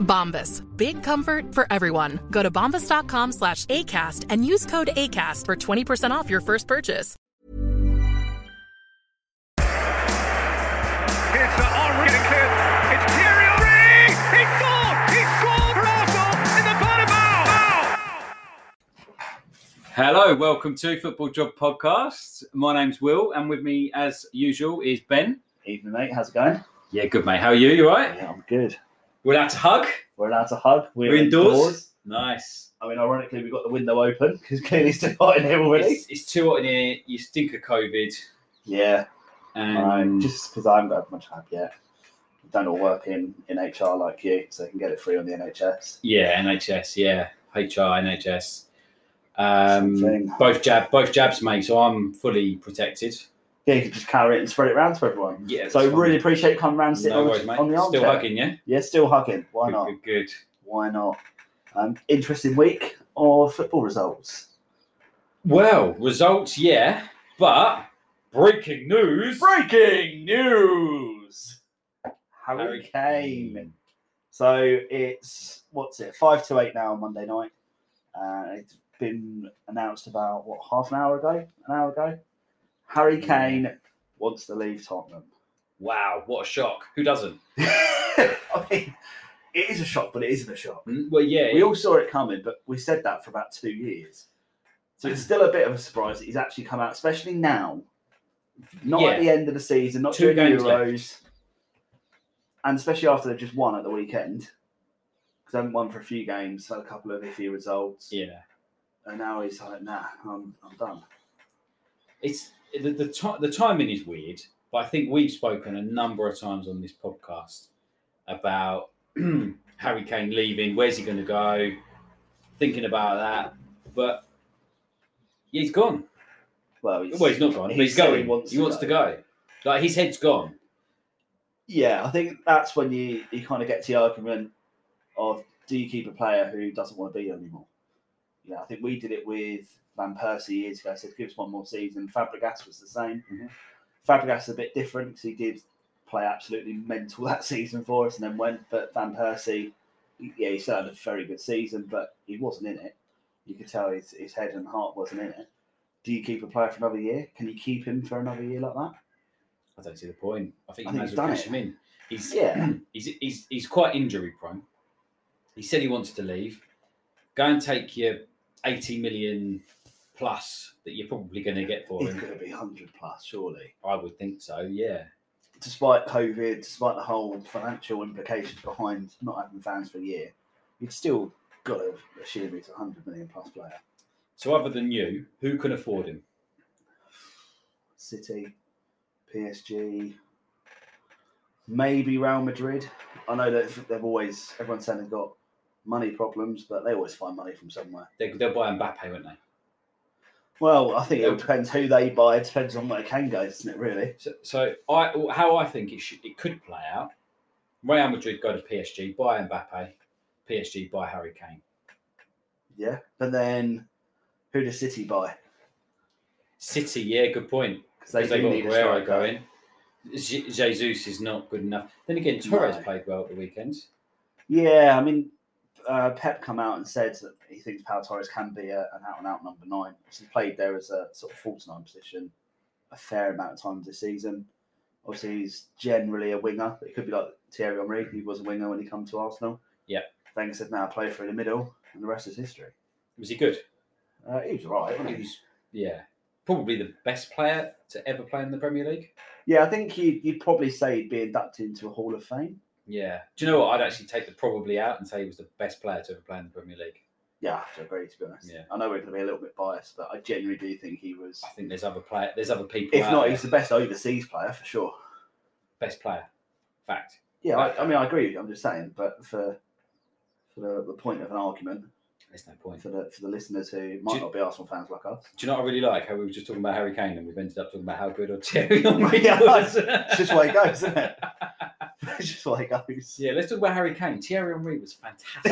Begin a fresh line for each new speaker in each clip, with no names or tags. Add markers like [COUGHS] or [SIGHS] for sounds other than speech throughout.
Bombas. Big comfort for everyone. Go to bombas.com slash ACAST and use code ACAST for 20% off your first purchase.
It's uh, Henri getting cleared. It's Thierry Henry. He scored. He scored for Arsenal in the Bernabeu.
Hello, welcome to Football Job Podcast. My name's Will, and with me, as usual, is Ben.
Evening, mate. How's it going?
Yeah, good mate. How are you? You all right?
Yeah, I'm good.
We're allowed to hug.
We're allowed to hug.
We're, indoors. Nice.
I mean, ironically, we've got the window open because clearly it's too hot in here already.
It's, it's too hot in here. You stink of COVID.
yeah,
And Mm.
um, just because I haven't got much hug yet. I don't all work in, in HR like you, so I can get it free on the NHS.
yeah, NHS. Yeah, HR, NHS. Um,
Something.
both jab, both jabs, mate. So I'm fully protected.
Yeah, you can just carry it and spread it around to everyone.
Yeah, that's
so I
fine.
really appreciate you coming round sitting
No
on,
worries,
the-
mate.
on the armchair.
Still hugging, yeah.
Yeah, still hugging. Why
good,
not?
Good, good.
Why not? Um, interesting week of football results.
Well, results, yeah, but breaking news.
Breaking news: Harry
Harry
Kane. So it's what's it five to eight now on Monday night. Uh, it's been announced about what half an hour ago, an hour ago. Harry Kane wants to leave Tottenham.
Wow, what a shock! Who doesn't?
[LAUGHS] I mean, it is a shock, but it isn't a shock.
Mm, Well, yeah,
We all saw it coming, but we said that for about two years. So it's still a bit of a surprise that he's actually come out, especially now. Not at
Yeah.
the end of the season, not
Two
during the Euros.
games
And especially after they've just won at the weekend. Because they haven't won for a few games, had a couple of iffy results.
yeah.
And now he's like, nah, I'm, I'm done.
It's the the, ti the timing is weird, but I think we've spoken a number of times on this podcast about [CLEARS THROAT] Harry Kane leaving. Where's he going to go? Thinking about that, but yeah, he's gone.
Well, he's,
Well, he's not gone. but he's
said
going. He wants, to, go. Like his head's gone.
Yeah, I think that's when you, you kind of get to the argument of do you keep a player who doesn't want to be here anymore? You know, I think we did it with Van Persie years ago. I said, give us one more season. Fabregas was the same. Fabregas is a bit different because he did play absolutely mental [LAUGHS] that season for us and then went. But Van Persie, yeah, he started a very good season, but he wasn't in it. You could tell his, his head and heart wasn't in it. Do you keep a player for another year? Can you keep him for another year like that?
I don't see the point. I think
I
you might
think
as
he's
well
done
cash
it.
him in. He's
Yeah.
[CLEARS THROAT] he's, he's he's quite injury prone. He said he wants to leave. Go and take your eighty million plus that you're probably going to get for
He's
him.
going to be 100 plus, surely.
I would think so. Yeah.
despite COVID, despite the whole financial implications behind not having fans for a year, you've still got to assume he's a hundred million plus player.
So other than you, who can afford him?
City, PSG, maybe Real Madrid. I know that they've always everyone's saying they've got money problems, but they always find money from somewhere.
They, they'll buy Mbappe, won't they?
Well, I think it all
Yeah.
depends who they buy. It depends on where Kane goes, doesn't it? Really?
So, so I how I think it should it could play out. Real Madrid go to PSG, buy Mbappe, PSG buy Harry Kane.
Yeah. But then, who does City buy?
City, yeah, good point. Because
they
they,
do
got
need a
Guerrero
striker.
going. Je- Jesus is not good enough. Then again, Torres
No.
played well at the weekend.
Yeah, I mean, uh, Pep come out and said that he thinks Pau Torres can be a, an out and out number nine. He's played there as a Uh, sort of false nine position a fair amount of times this season. Obviously, he's generally a winger, but it could be like Thierry Henry. He was a winger when he come to Arsenal.
Yeah.
Then he said, "Now I play for in the middle," and the rest is history.
Was he good?
Uh, he was alright. wasn't he?
He's, yeah, probably the best player to ever play in the Premier League.
Yeah, I think he'd, you'd probably say he'd be inducted into a Hall of Fame.
Yeah. Do you know what? I'd actually take the probably out and say he was the best player to ever play in the Premier League.
Yeah, I have to agree. To be honest,
Yeah.
I know we're going to be a little bit biased, but I genuinely do think he was.
I think there's other player, there's other people.
If
out
not,
there.
he's the best overseas player for sure.
best player. Fact.
Yeah, I, I mean, I agree. with you, I'm just saying, but for for the, the point of an argument,
There's no point.
for the for the listeners who might
Do-
not be Arsenal fans like us,
Do you know what I really like? How we were just talking about Harry Kane and we've ended up talking about [LAUGHS] how good Thierry Henry
[LAUGHS] Yeah,
was.
it's just the way it goes, isn't it? [LAUGHS] it's just like goes.
Yeah, let's talk about Harry Kane. Thierry Henry was [LAUGHS]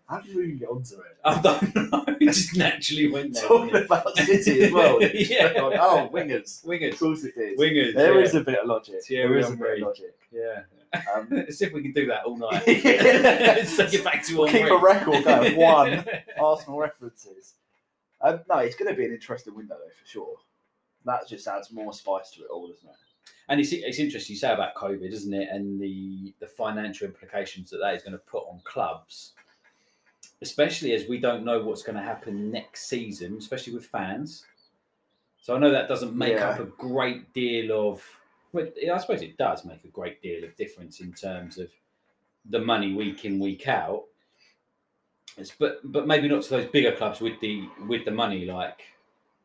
[LAUGHS] How do we even get onto it?
I don't know. It just naturally went there.
Talking
didn't it?
about City as
[LAUGHS]
well.
Yeah.
Like, oh, wingers. Of
Wingers.
course it is.
Wingers.
There
yeah.
is a bit of logic.
Thierry
there is a
Henry.
bit of logic.
Yeah. [LAUGHS]
Um,
Let's see if we can do that
[LAUGHS]
all night. [LAUGHS] Let's take it
Keep
back to one.
a record going.
[LAUGHS]
One Arsenal references. Um, no, it's going to be an interesting window though, for sure. That just adds more spice to it all, doesn't it?
And it's, it's interesting you say about COVID, isn't it? And the, the financial implications that that is going to put on clubs, especially as we don't know what's going to happen next season, especially with fans. So I know that doesn't make
Yeah.
up a great deal of, well, I suppose it does make a great deal of difference in terms of the money week in week out. It's, but but maybe not to those bigger clubs with the with the money like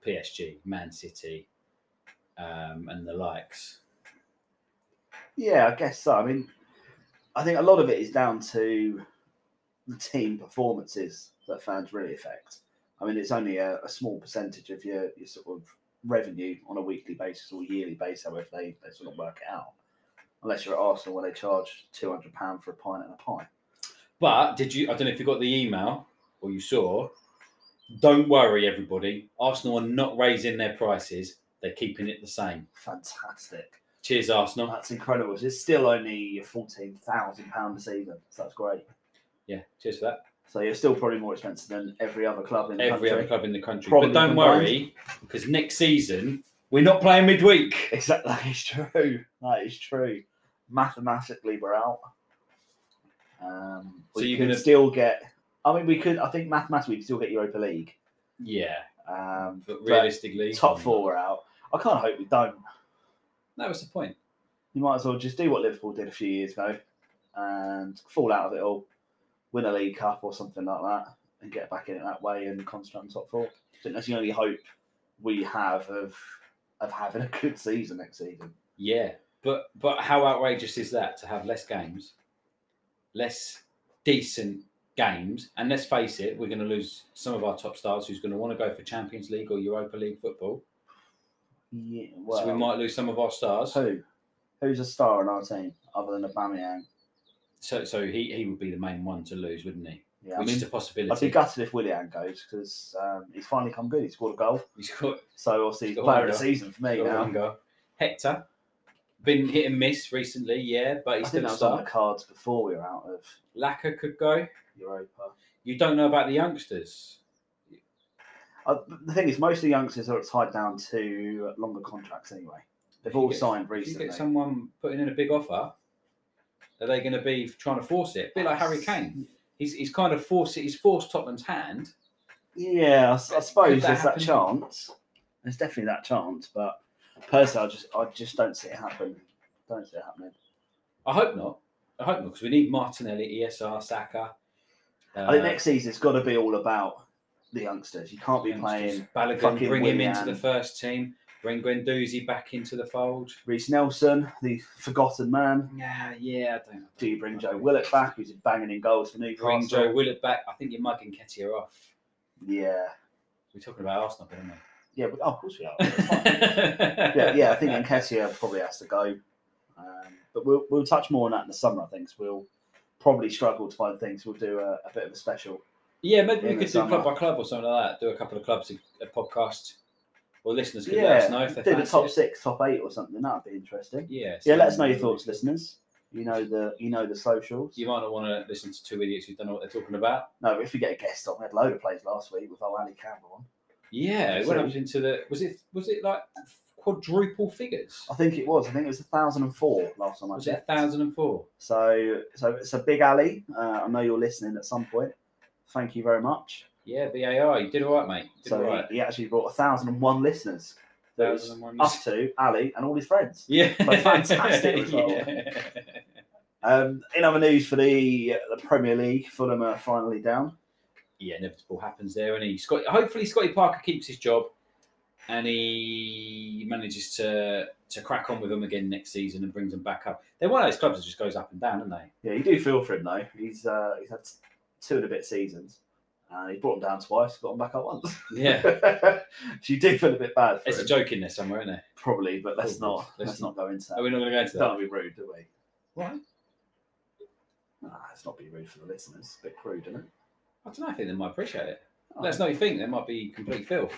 PSG, Man City, um, and the likes.
Yeah, I guess so. I mean, I think a lot of it is down to the team performances that fans really affect. I mean, it's only a, a small percentage of your, your sort of revenue on a weekly basis or yearly basis, however they, they sort of work it out. Unless you're at Arsenal where they charge £200 for a pint and a pint.
But did you? I don't know if you got the email or you saw. Don't worry, everybody. Arsenal are not raising their prices. They're keeping it the same.
Fantastic.
Cheers, Arsenal.
That's incredible. So It's still only £14,000 a season, so that's great.
Yeah, cheers for that.
So you're still probably more expensive than every other club [LAUGHS] in the
Every
country.
other club in the country.
Probably
but don't
combined.
worry, because next season we're not playing midweek.
Exactly, that is true. That is true. Mathematically, we're out. Um,
So
we
you're
could
gonna-
still get. I mean, we could. I think mathematically, we could still get Europa League.
Yeah,
Um,
but realistically, hmm.
top four we're out. I kind of hope we don't.
That was the point.
You might as well just do what Liverpool did a few years ago, uh, and fall out of it all, win a League Cup or something like that, and get back in it that way and concentrate on top four. I think that's the only hope we have of of having a good season next season.
Yeah, but but how outrageous is that to have less games, less decent games, and let's face it, we're going to lose some of our top stars who's going to want to go for Champions League or Europa League football.
Yeah, well,
so we might lose some of our stars.
Who? Who's a star on our team other than Aubameyang?
So so he he would be the main one to lose, wouldn't he?
Yeah,
Which
I
is
mean,
a possibility.
I'd be gutted if Willian goes because um, he's finally come good. He scored a goal,
He's got,
so obviously he's
He's got
player
one
of the
goal.
season for me
got
now.
one goal. Hector been hit and miss recently, yeah, but
I think
he's still
that
a
was on the
star.
cards before we were out of
Laka could go.
Europa.
You don't know about the youngsters.
Uh, the thing is, most of the youngsters are tied down to longer contracts anyway. They've
If you
all
get-
signed
If you
recently.
get someone putting in a big offer, are they going to be trying to force it? A bit like Harry Kane. He's, he's kind of forced it. He's forced Tottenham's hand.
Yeah, I, s- I suppose
that
there's
happen?
that chance. There's definitely that chance, but personally, I just I just don't see it happen. Don't see it happening.
I hope not. I hope not because we need Martinelli, ESR, Saka. Uh,
I think next season it's got to be all about the youngsters. You can't be playing
Balogun.
fucking
Bring him into
Willian.
the first team. Bring Guendouzi back into the fold.
Reese Nelson, the forgotten man.
Yeah, yeah. I don't.
Do you bring Joe Willett back, who's banging in goals for Newcastle?
Bring Joe Willett back. I think you're mugging Kettier off.
Yeah,
We're talking about Arsenal, aren't we?
yeah, but, oh, of course we
[LAUGHS]
are.
yeah,
yeah, yeah. I think Nketiah probably has to go, um, but we'll we'll touch more on that in the summer. I think 'cause we'll probably struggle to find things. We'll do a, a bit of a special
Yeah, maybe we
in the
could do club
summer.
by club or something like that. Do a couple of clubs, a, a podcast, or listeners could let us know
Yeah,
if they
do the
fancy
top
it.
six, top eight, or something. That'd be interesting.
Yeah,
yeah.
so-
Let us know your thoughts, listeners. You know the you know the socials.
You might not want to listen to two idiots who don't know what they're talking about.
No, if we get a guest on, we had a load of plays last week with old Ali Campbell on.
Yeah,
So-
when I was into the was it was it like quadruple figures?
I think it was. I think it was thousand and four last time I
Was it
checked.
thousand and four?
So so it's a big Ali. Uh, I know you're listening at some point. Thank you very much.
Yeah, BAR, you did all right, mate. You Did
So
all right.
he, he actually brought thousand and one listeners. There was
1,001
us two, Ali, and all his friends.
[LAUGHS] Yeah,
But
[LAUGHS]
fantastic result.
Yeah.
Um, in other news for the the Premier League, Fulham are finally down.
yeah, inevitable happens there, and he Scott. Hopefully, Scotty Parker keeps his job, and he manages to to crack on with them again next season and brings them back up. They're one of those clubs that just goes up and down, aren't they?
[LAUGHS] Yeah, you do feel for him though. He's uh, he's had two and a bit seasons, and he brought him down twice, got him back up once. [LAUGHS]
Yeah,
so you do feel a bit bad. For
there's a
him,
joke in there somewhere, isn't there?
probably, but let's
Oh,
not
let's
let's, not go into that.
Are we not going to go into that?
[LAUGHS] Don't be rude, do we?
Why?
Nah, let's Ah, not be rude for the listeners. It's a bit crude, isn't it? Oh.
I don't know. I think they might appreciate it. Let us know what you think. There might be complete filth.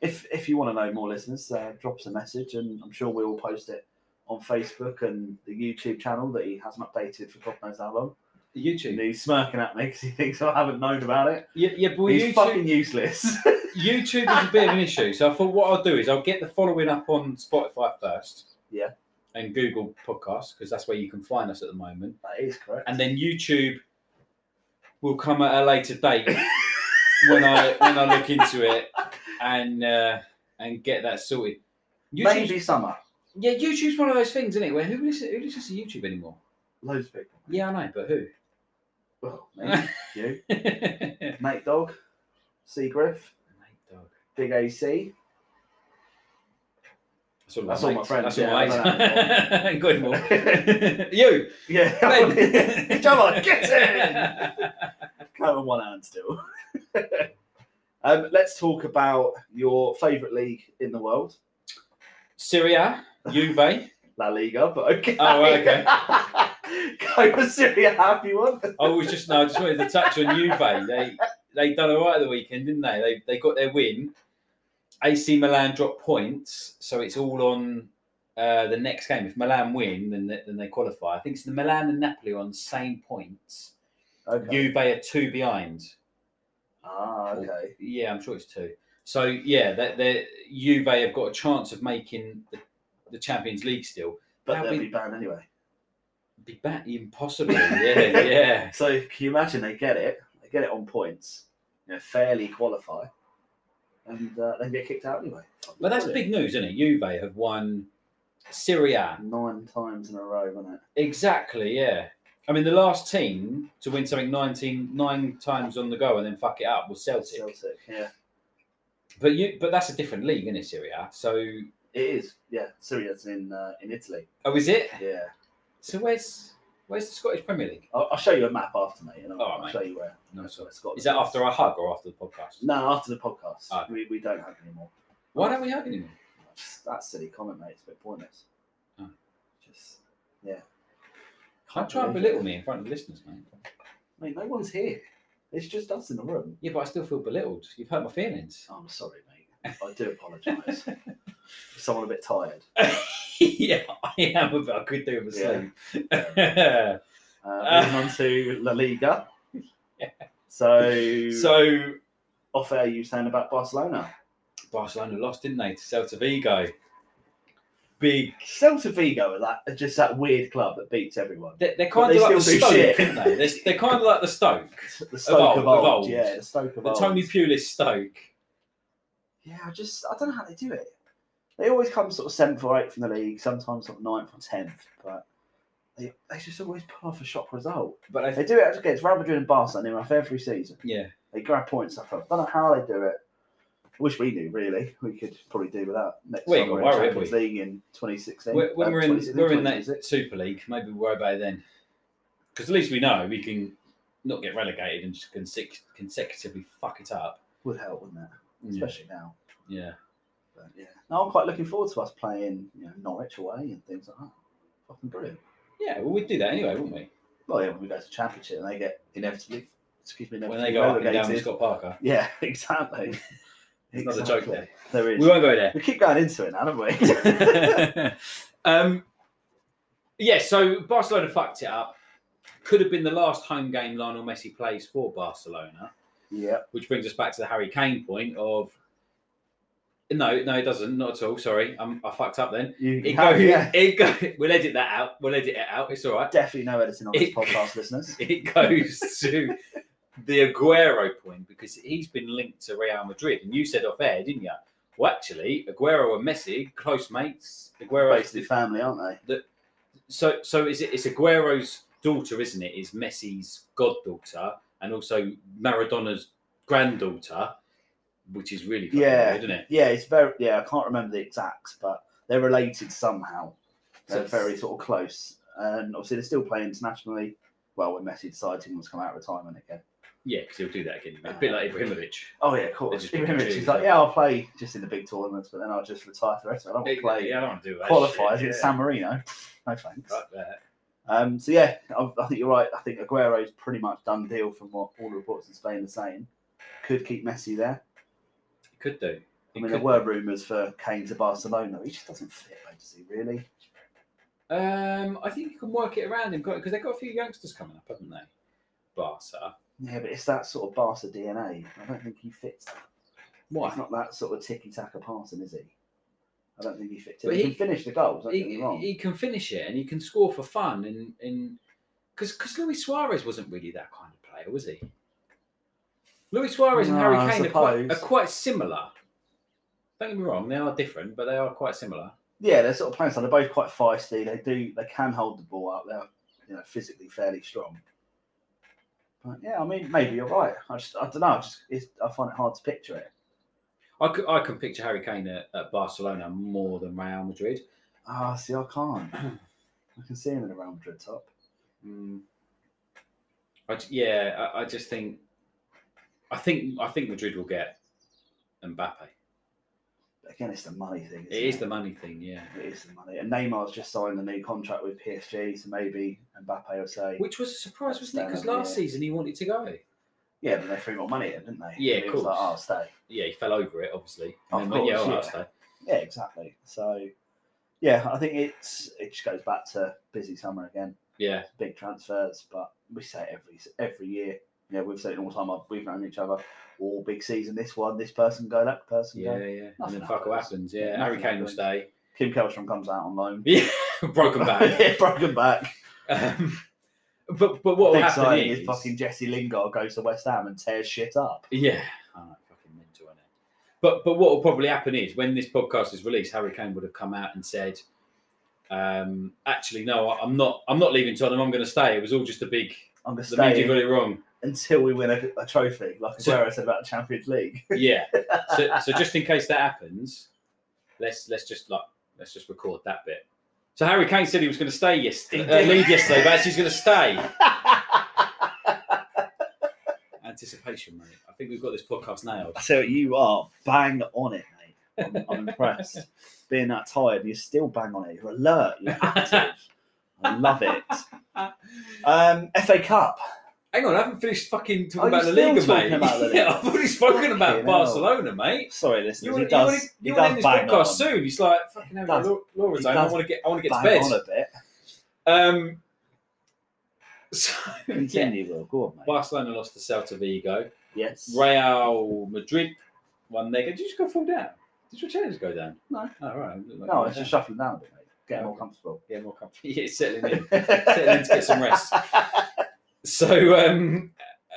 If if you want to know more, listeners, uh, drop us a message, and I'm sure we will post it on Facebook and the YouTube channel that he hasn't updated for God knows how long. And
YouTube.
he's smirking at me because he thinks I haven't known about it.
Yeah, yeah but
he's
YouTube,
fucking useless.
[LAUGHS] YouTube is a bit of an issue. So I thought what I'll do is I'll get the following up on Spotify first.
Yeah.
And Google Podcasts because that's where you can find us at the moment.
that is correct.
and then YouTube will come at a later date when I when I look into it and uh, and get that sorted. YouTube's,
Maybe summer.
yeah, YouTube's one of those things, isn't it? Where who listens, who listens to YouTube anymore?
Loads of people.
Yeah, I know, but who?
Well, me, you,
[LAUGHS] Mate,
Nate Dog, Griff,
dog.
Big [LAUGHS] AC.
That's all,
That's
my
all my
mates.
friends,
That's
yeah,
all my
I [LAUGHS]
mates. Good more. [LAUGHS] you,
Yeah, [LAUGHS]
Ben.
come on, get in. [LAUGHS] Count on one hand still. um, let's talk about your favourite league in the world,
Syria, Juve.
La Liga. But okay.
Oh, okay.
[LAUGHS] Go for Syria, if you want.
I was just no, I just wanted to touch on Juve. They they done all right at the weekend, didn't they? They they got their win. AC Milan dropped points, so it's all on uh, the next game. If Milan win, then they, then they qualify. I think it's the Milan and Napoli are on the same points.
Okay.
Juve are two behind.
Ah, okay.
Yeah, I'm sure it's two. So yeah, that they Juve have got a chance of making the, the Champions League still.
But
That'll
they'll
be-
be banned anyway.
Be back impossible. Yeah, yeah.
So can you imagine they get it? They get it on points. You know, fairly qualify, and uh, they get kicked out anyway.
But that's
Brilliant.
big news, isn't it? Juve have won Serie A.
Nine times in a row, isn't it?
Exactly, yeah. I mean, the last team to win something 19, nine times on the go and then fuck it up was Celtic.
Celtic. Yeah,
But you, but that's a different league, isn't it, Syria? So,
it is. Yeah, Syria's in uh, in Italy.
oh, is it?
Yeah.
So where's where's the Scottish Premier League?
I'll, I'll show you a map after, mate, and I'll,
All right,
I'll
mate.
show you where.
No,
where
sorry.
Scotland
Is that after our hug or after the podcast?
No, after the podcast.
Oh.
We, we don't have any more.
Why don't we hug anymore?
That's, that's silly comment, mate. It's a bit pointless.
Oh.
Just, yeah.
Can't try and
believe
belittle me in front of the listeners, mate.
Mate, no one's here. It's just us in the room.
Yeah, but I still feel belittled. You've hurt my feelings.
I'm sorry, mate. I do
[LAUGHS]
apologise. Someone a bit tired.
yeah, I am, but I could do with a sleep.
Uh, moving on to La
[LAUGHS]
Liga. So,
so
off air, you were saying about Barcelona.
Barcelona lost, didn't they, to Celta Vigo? Big
Celta Vigo are, that, are just that weird club that beats everyone.
They're, they're
But
kind
they
of like the
still do
Stoke,
shit.
aren't they? They're, they're kind of like the Stoke,
[LAUGHS] The Stoke
of
of old,
old, of old.
yeah, the Stoke of
the
old.
Tony Pulis Stoke.
Yeah, I just I don't know how they do it. They always come sort of seventh or eighth from the league, sometimes sort of ninth or tenth, but they, they just always [LAUGHS] pull off a shock result.
But I
They
think,
do it against Real Madrid and Barca, and they're off every season.
yeah,
They grab points off them. I don't know how they do it. I wish we knew. Really, we could probably do without next
We ain't
summer
got
in
worry, have
Champions
we?
League in 2016.
when when
uh,
we're in
2016,
we're in that
2026.
Super League, maybe we'll worry about it then. Because at least we know we can not get relegated and just conse- consecutively fuck it up.
would help, wouldn't it?
Yeah.
Especially now.
Yeah,
But yeah, no, I'm quite looking forward to us playing you know, Norwich away and things like that. Fucking brilliant.
yeah. Well, we'd do that anyway, wouldn't we?
Well, yeah, when we go to championship and they get inevitably excuse me,
When
never
they
been
go up and down
relegated.
with Scott Parker.
Yeah, exactly.
Another joke there.
There is.
We won't go there.
We keep going into it now, don't we?
[LAUGHS]
[LAUGHS]
um, yeah, so Barcelona fucked it up. Could have been the last home game Lionel Messi plays for Barcelona,
yeah.
which brings us back to the Harry Kane point of. No, no, it doesn't. Not at all. Sorry, i I fucked up then.
You
It
have-
goes.
yeah.
It go, We'll edit that out. We'll edit it out. It's all right.
Definitely no editing on this
It-
podcast, listeners.
[LAUGHS] It goes to the Aguero point because he's been linked to Real Madrid, and you said off air, didn't you? Well, actually, Aguero and Messi close mates. Aguero
Basically, family, aren't
so so is it it's Aguero's daughter, isn't it? Is Messi's goddaughter and also Maradona's granddaughter, which is really
they?
fucking
Yeah.
weird, isn't it?
Yeah, it's very. Yeah, I can't remember the exacts, but they're related somehow.
So
They're
it's-
very sort of close, and obviously they still play internationally. Well, when Messi decides he wants to come out of retirement again. Uh,
Yeah, because he'll do that again. A bit like Ibrahimovic.
Oh yeah, of
They
course.
just
Even
pick and
if
choose,
She's like,
don't
yeah, I'll play just in the big tournaments, but then I'll just retire for the rest of it. I don't want to play
Yeah, I don't want to do that.
qualifiers
shit,
against
yeah.
San Marino. [LAUGHS] No thanks.
Fuck that.
Um, so yeah, I, I think you're right. I think Aguero's pretty much done deal from what all the reports in Spain are saying. Could keep Messi there.
It could do. It
I mean,
could
there
do.
were rumours for Kane to Barcelona. He just doesn't fit, though, does he? Really?
Um, I think you can work it around him because they've got a few youngsters coming up, haven't they? Barca.
Yeah, but it's that sort of Barca DNA. I don't think he fits. that.
Why?
He's not that sort of ticky taka passing, is he? I don't think he fits. It.
But
He,
he-
can finish the goals. Don't get me
he,
wrong.
he can finish it and he can score for fun and and because because Luis Suarez wasn't really that kind of player, was he? Luis Suarez and
No,
Harry
I
Kane are quite, are
suppose.
quite similar. Don't get me wrong, they are different, but they are quite similar.
yeah, they're sort of playing. So they're both quite feisty. They do. They can hold the ball out. They're you know physically fairly strong. But yeah, I mean, maybe you're right. I just, I don't know. I just, it's, I find it hard to picture it.
I c- I can picture Harry Kane at, at Barcelona more than Real Madrid.
Ah, see, I can't. [CLEARS THROAT] I can see him in a Real Madrid top.
Mm. I j- yeah, I, I just think, I think I think Madrid will get Mbappe.
But again, it's the money thing.
It is the money thing, yeah.
money. It is the money. And Neymar's just signed a new contract with PSG, so maybe Mbappe will say,
Which was a surprise, wasn't it? Because
Stand up,
last
yeah.
season he wanted to go.
"Yeah, but they threw more money at him, didn't they?"
Yeah,
And
of
he was like, "Oh,
course.
I'll stay."
yeah, he fell over it, obviously.
Of
And then went, yeah,
course,
all
yeah.
right, I'll stay.
Yeah, exactly. So, yeah, I think it's it just goes back to busy summer again.
Yeah,
big transfers, but we say it every every year. You know, we've said it all the time. I've- We've known each other. All big season. This one, this person go, that person
yeah,
go.
yeah. And
Nothing
then fuck what happens.
happens.
Yeah,
Nothing
Harry Kane will
happens.
stay.
Kim Kelstrom comes out on loan.
Yeah, [LAUGHS] broken
[LAUGHS] yeah,
back.
broken back.
um, but but what will
Big
happen
signing
is,
is fucking Jesse Lingard goes to West Ham and tears shit up.
yeah, I know, fucking mental, innit? But but what will probably happen is when this podcast is released, Harry Kane would have come out and said, um, "Actually, no, I- I'm not. I'm not leaving Tottenham. I'm going to stay. It was all just a big.
I'm gonna
The media got
stay
it wrong.
until we win a, a trophy, like
So-
Aguero said about the Champions League. [LAUGHS]
yeah. So, so just in case that happens, let's let's just like let's just record that bit. So Harry Kane said he was going to stay yesterday, uh, leave yesterday, but actually he's going
[LAUGHS]
to stay. Anticipation, mate. I think we've got this podcast nailed.
I tell you, you are bang on it, mate. I'm, I'm
[LAUGHS]
impressed. Being that tired, and you're still bang on it. You're alert. You're active. I love it.
[LAUGHS]
Um, FA Cup.
Hang on, I haven't finished fucking
Are
talking
you
about La
still
Liga,
talking
mate.
about La Liga?
yeah, I've already spoken about
Fucking hell.
Barcelona, mate.
Sorry, listeners.
You
he
want to
does. he
you
does
want to end this
bang
podcast
on.
soon? It's like fucking hell,
does-
Laura- Laura's
he
home. I
does
want to get I want to get to
Bang
bed.
on a bit.
Um, [LAUGHS] so, yeah.
Continue, Will. Go on, mate.
Barcelona lost to Celta Vigo.
yes.
Real Madrid one leg. Did you just go fall down? Did your chairs go down?
No.
Oh, right. It looked like
No,
it
it's just
went down.
shuffling down a bit, mate. Getting more comfortable.
Yeah, more comfortable. [LAUGHS] yeah, it's settling in. settling in to get some rest. So, um,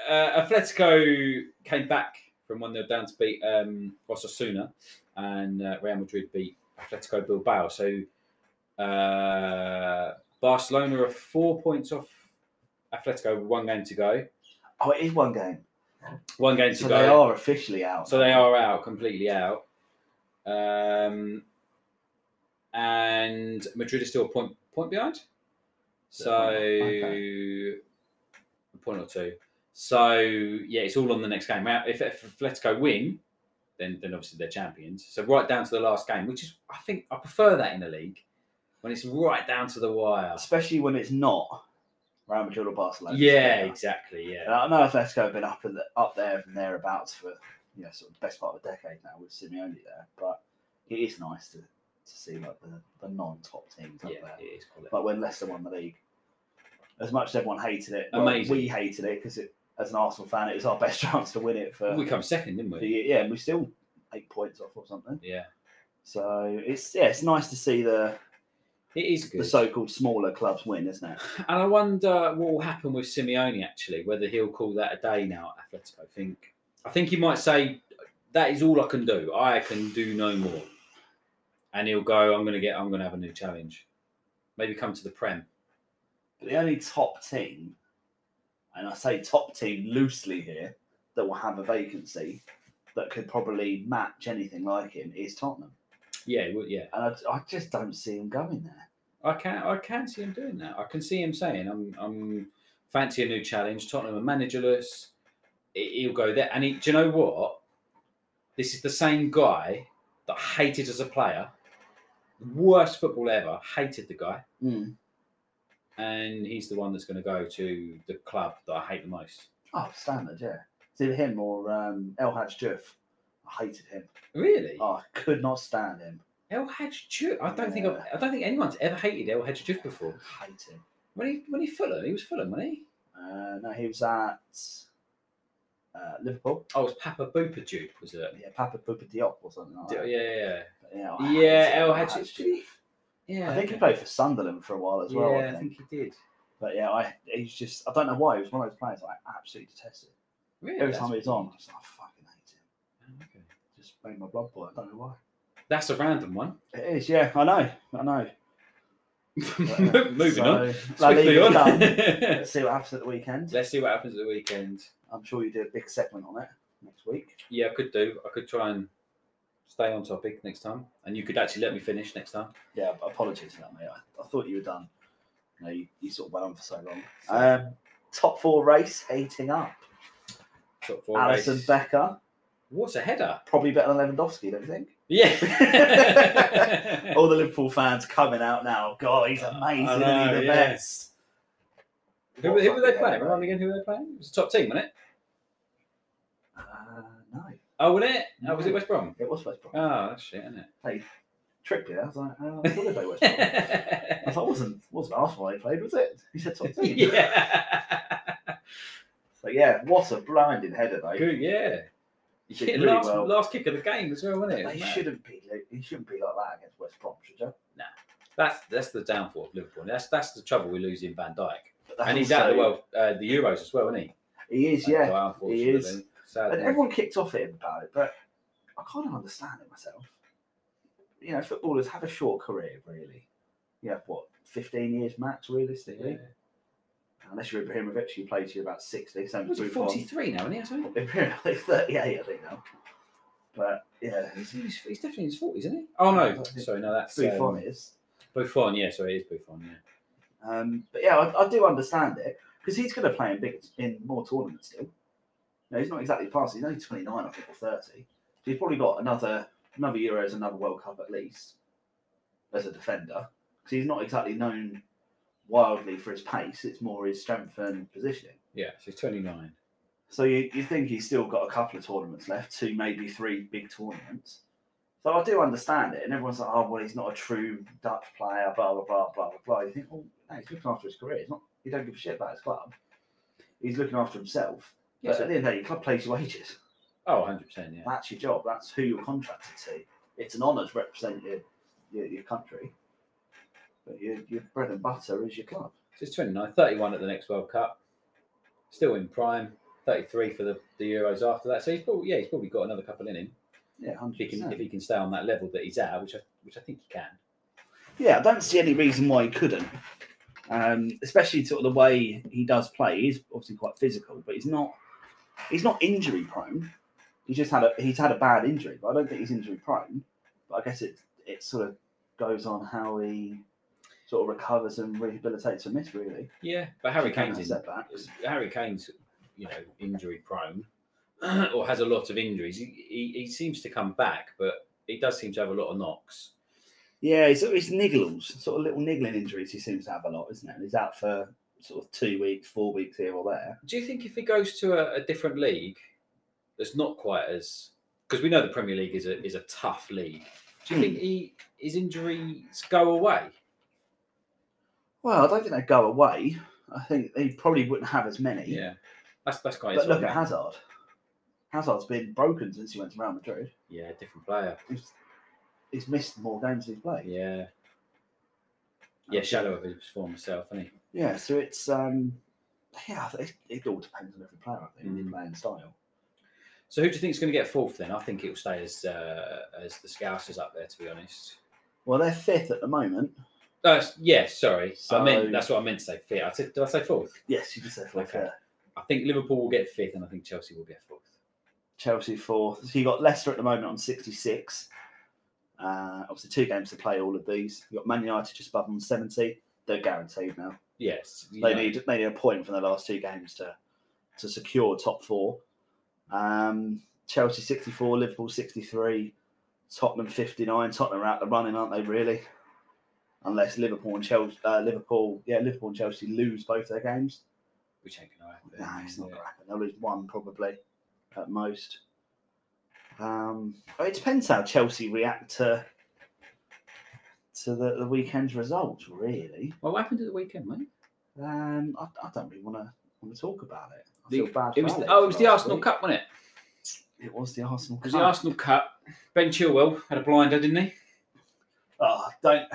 uh, Atletico came back from 1 0 down to beat um, Osasuna, and uh, Real Madrid beat Atletico Bilbao. So, uh, Barcelona are four points off Atletico, with one game to go.
Oh, it is one game.
One game to
So
go.
they are officially out.
So they are out, completely out. Um, and Madrid is still a point point behind. So
Okay.
a point or two. So yeah, it's all on the next game. Now, If, if Atletico win, then then obviously they're champions. So right down to the last game, which is I think I prefer that in a league when it's right down to the wire.
Especially when it's not Real Madrid or Barcelona.
Yeah, exactly. Yeah.
And Uh, I know Atletico have been up in the, up there and thereabouts for you know sort of the best part of a decade now with Simeone there, but it is nice to, to see like the, the non-top teams up
Yeah,
there.
it is quality.
Like when Leicester won the league, as much as everyone hated it, well,
Amazing.
we hated it because as an Arsenal fan, it was our best [LAUGHS] chance to win it for.
we come second, didn't
for
we?
yeah, and we still eight points off or something.
Yeah.
So it's yeah, it's nice to see the
It is good.
the so-called smaller clubs win, isn't it?
[LAUGHS] And I wonder what will happen with Simeone actually, whether he'll call that a day now at Atletico. I think I think he might say that is all I can do. I can do no more. And he'll go, I'm gonna get I'm gonna have a new challenge. Maybe come to the Prem.
But the only top team, and I say top team loosely here, that will have a vacancy that could probably match anything like him is Tottenham,
Yeah, well, yeah.
and I, I just don't see him going there.
I can I can see him doing that. I can see him saying, "I'm I'm fancy a new challenge. Tottenham are managerless. He- He'll go there." And he, do you know what? This is the same guy that I hated as a player, worst football ever. Hated the guy,
Hmm.
and he's the one that's going to go to the club that I hate the most.
Oh, standard, yeah. It's either him or um, El Hadj Juf. I hated him.
Really,
Oh, I could not stand him.
El Hadj Diouf- I don't think I've, I don't think anyone's ever hated El Hadj Diouf before.
Hate him.
When he when he Fulham, he was Fulham, wasn't he?
Uh, no, he was at uh, Liverpool.
Oh, it was Papa Booper Duke, was it?
Yeah, Papa Pupa Diop or something like
Yeah,
that.
yeah, yeah.
But, yeah, I hated
Yeah,
him.
El
I
Hadji.
hated
Did
him.
he- Yeah,
Oh, I think he
okay.
played for Sunderland for a while as well.
Yeah,
I think.
he did.
But yeah, I he's just I don't know why he was one of those players I absolutely detested.
Really?
Every
that's,
time he was on, I was like, I fucking hate him.
okay.
Just made my blood boil. I don't know why.
That's a random one.
It is, yeah, I know, I
[LAUGHS]
know. But, yeah.
Moving on.
So, La
Swiftly
Liga's done.
on. [LAUGHS]
Let's see what happens at the weekend.
Let's see what happens at the weekend.
I'm sure you do a big segment on it next week.
Yeah, I could do. I could try and stay on topic next time, and you could actually let me finish next time.
Yeah, but apologies for that, mate. I, I thought you were done. You, know, you, you sort of went on for so long. Um, top four race, eating up.
Top four
Alison
race.
Becker,
What a header!
probably better than Lewandowski, don't you think? [LAUGHS]
[LAUGHS] Yeah.
All the Liverpool fans coming out
Oh,
now. God, he's amazing.
I
isn't
know,
he the
yeah.
best?
who, were- who were they playing? Remind me again who they were playing. It was the top team, wasn't it?
Uh, no,
Oh, wasn't it? Oh, was it West Brom?
it was West Brom.
Oh, that's shit, isn't
They tricked me. I was like, oh, I thought they played West Brom.
it? [LAUGHS]
I thought it wasn't wasn't Arsenal they played, was it? He said top team. [LAUGHS]
yeah.
So yeah, what a blinding header though.
Good, yeah.
Did
Yeah,
really
last,
well.
last kick of the game as well, wasn't it?
They
Mad.
shouldn't be. like- He shouldn't be like that against West Brom, should you?
That's that's the downfall of Liverpool. That's that's the trouble we're losing Van Dijk,
But that's
and he's out of the
also-
world, uh, the Euros as well, isn't he?
He is,
Van Dijk,
yeah. He
unfortunately.
is.
Sadly.
And everyone kicked off at him about it, but I kind of understand it myself. You know, footballers have a short career, really. You have what, 15 years max, realistically?
Yeah.
Unless you're Ibrahimovic, you play to about 60,
He was
73.
forty-three now, isn't he? I think?
[LAUGHS] Ibrahimovic, 38, I think now. But yeah,
He's, he's, he's definitely in his forties, isn't he? Oh no,
Yeah.
sorry, no, that's
three
Buffon.
um, is.
Buffon, yeah, sorry, it is Buffon. Yeah,
Um, but yeah, I, I do understand it because he's going to play in big in more tournaments still. No, he's not exactly past. He's only twenty nine, I think, or thirty. So he's probably got another another Euros, another World Cup at least as a defender because he's not exactly known wildly for his pace. It's more his strength and positioning.
yeah, so he's twenty-nine.
So you, you think he's still got a couple of tournaments left, two maybe three big tournaments. So I do understand it, and everyone's like, "Oh, well, he's not a true Dutch player." Blah blah blah blah blah. blah. You think, "Oh, no, he's looking after his career. He's not. He don't give a shit about his club. He's looking after himself."
Yeah,
But
so-
at the end of the day, your club pays you wages.
Oh, 100 percent. Yeah,
That's your job. That's who you're contracted to. It's an honour to represent your your, your country, but your, your bread and butter is your club.
so he's 29, 31 at the next World Cup. Still in prime. Thirty-three for the, the Euros after that. So he's probably yeah, he's probably got another couple in him.
Yeah,
If he
hundred
can if he
percent.
can stay on that level that he's at, which I which I think he can.
Yeah, I don't see any reason why he couldn't. Um, especially sort of the way he does play. He's obviously quite physical, but he's not he's not injury prone. He just had a he's had a bad injury, but I don't think he's injury prone. But I guess it it sort of goes on how he sort of recovers and rehabilitates from this really.
Yeah, but Harry
He can
Kane's in,
have setbacks.
Harry Kane's you know injury prone [CLEARS THROAT] or has a lot of injuries. He, he he seems to come back, but he does seem to have a lot of knocks.
Yeah, it's, it's niggles, sort of little niggling injuries he seems to have a lot, isn't it? And he's out for sort of two weeks, four weeks here or there.
Do you think if he goes to a, a different league that's not quite as because we know the Premier League is a is a tough league.
Hmm.
Do you think he his injuries go away?
Well, I don't think they'd go away. I think they probably wouldn't have as many.
Yeah, that's that's kind
But
of
look at Hazard. Hazard's been broken since he went to Real Madrid.
Yeah, different player.
He's, he's missed more games than he's played.
Yeah, yeah, shadow of his former self, isn't he?
Yeah, so it's um, yeah, it, it all depends on every player. I think
Mm.
the playing style.
So who do you think is going to get fourth then? I think it will stay as uh, as the Scousers up there, to be honest.
Well, they're fifth at the moment.
Uh, yeah, sorry. I
So-
meant that's what I meant to say. Fifth. I said, did I say fourth?
Yes, you just said like
Okay.
uh,
I think Liverpool will get fifth, and I think Chelsea will get fourth.
Chelsea fourth. So you got Leicester at the moment on sixty six. Uh, obviously, two games to play all of these. You got Man United just above them on seventy. They're guaranteed now.
Yes, you
They
know.
need they need a point from their last two games to to secure top four. Um, Chelsea sixty four, Liverpool sixty three, Tottenham fifty nine. Tottenham are out the running, aren't they? Really, unless Liverpool and Chelsea, uh, Liverpool, yeah, Liverpool and Chelsea lose both their games.
which ain't going to
No,
happen.
it's not
Yeah.
going to happen. They'll lose one probably at most. Um, it depends how Chelsea react to to the, the weekend's results, really.
Well, what happened at the weekend, mate?
Um, I, I don't really want to want to talk about it. I
The-
feel bad.
it
for
was
Alex
the, oh, it was the
last
Arsenal
week.
Cup, wasn't it?
It was the Arsenal
It
Cup.
was the Arsenal Cup. Ben Chilwell had a blinder, didn't he?
Oh, don't.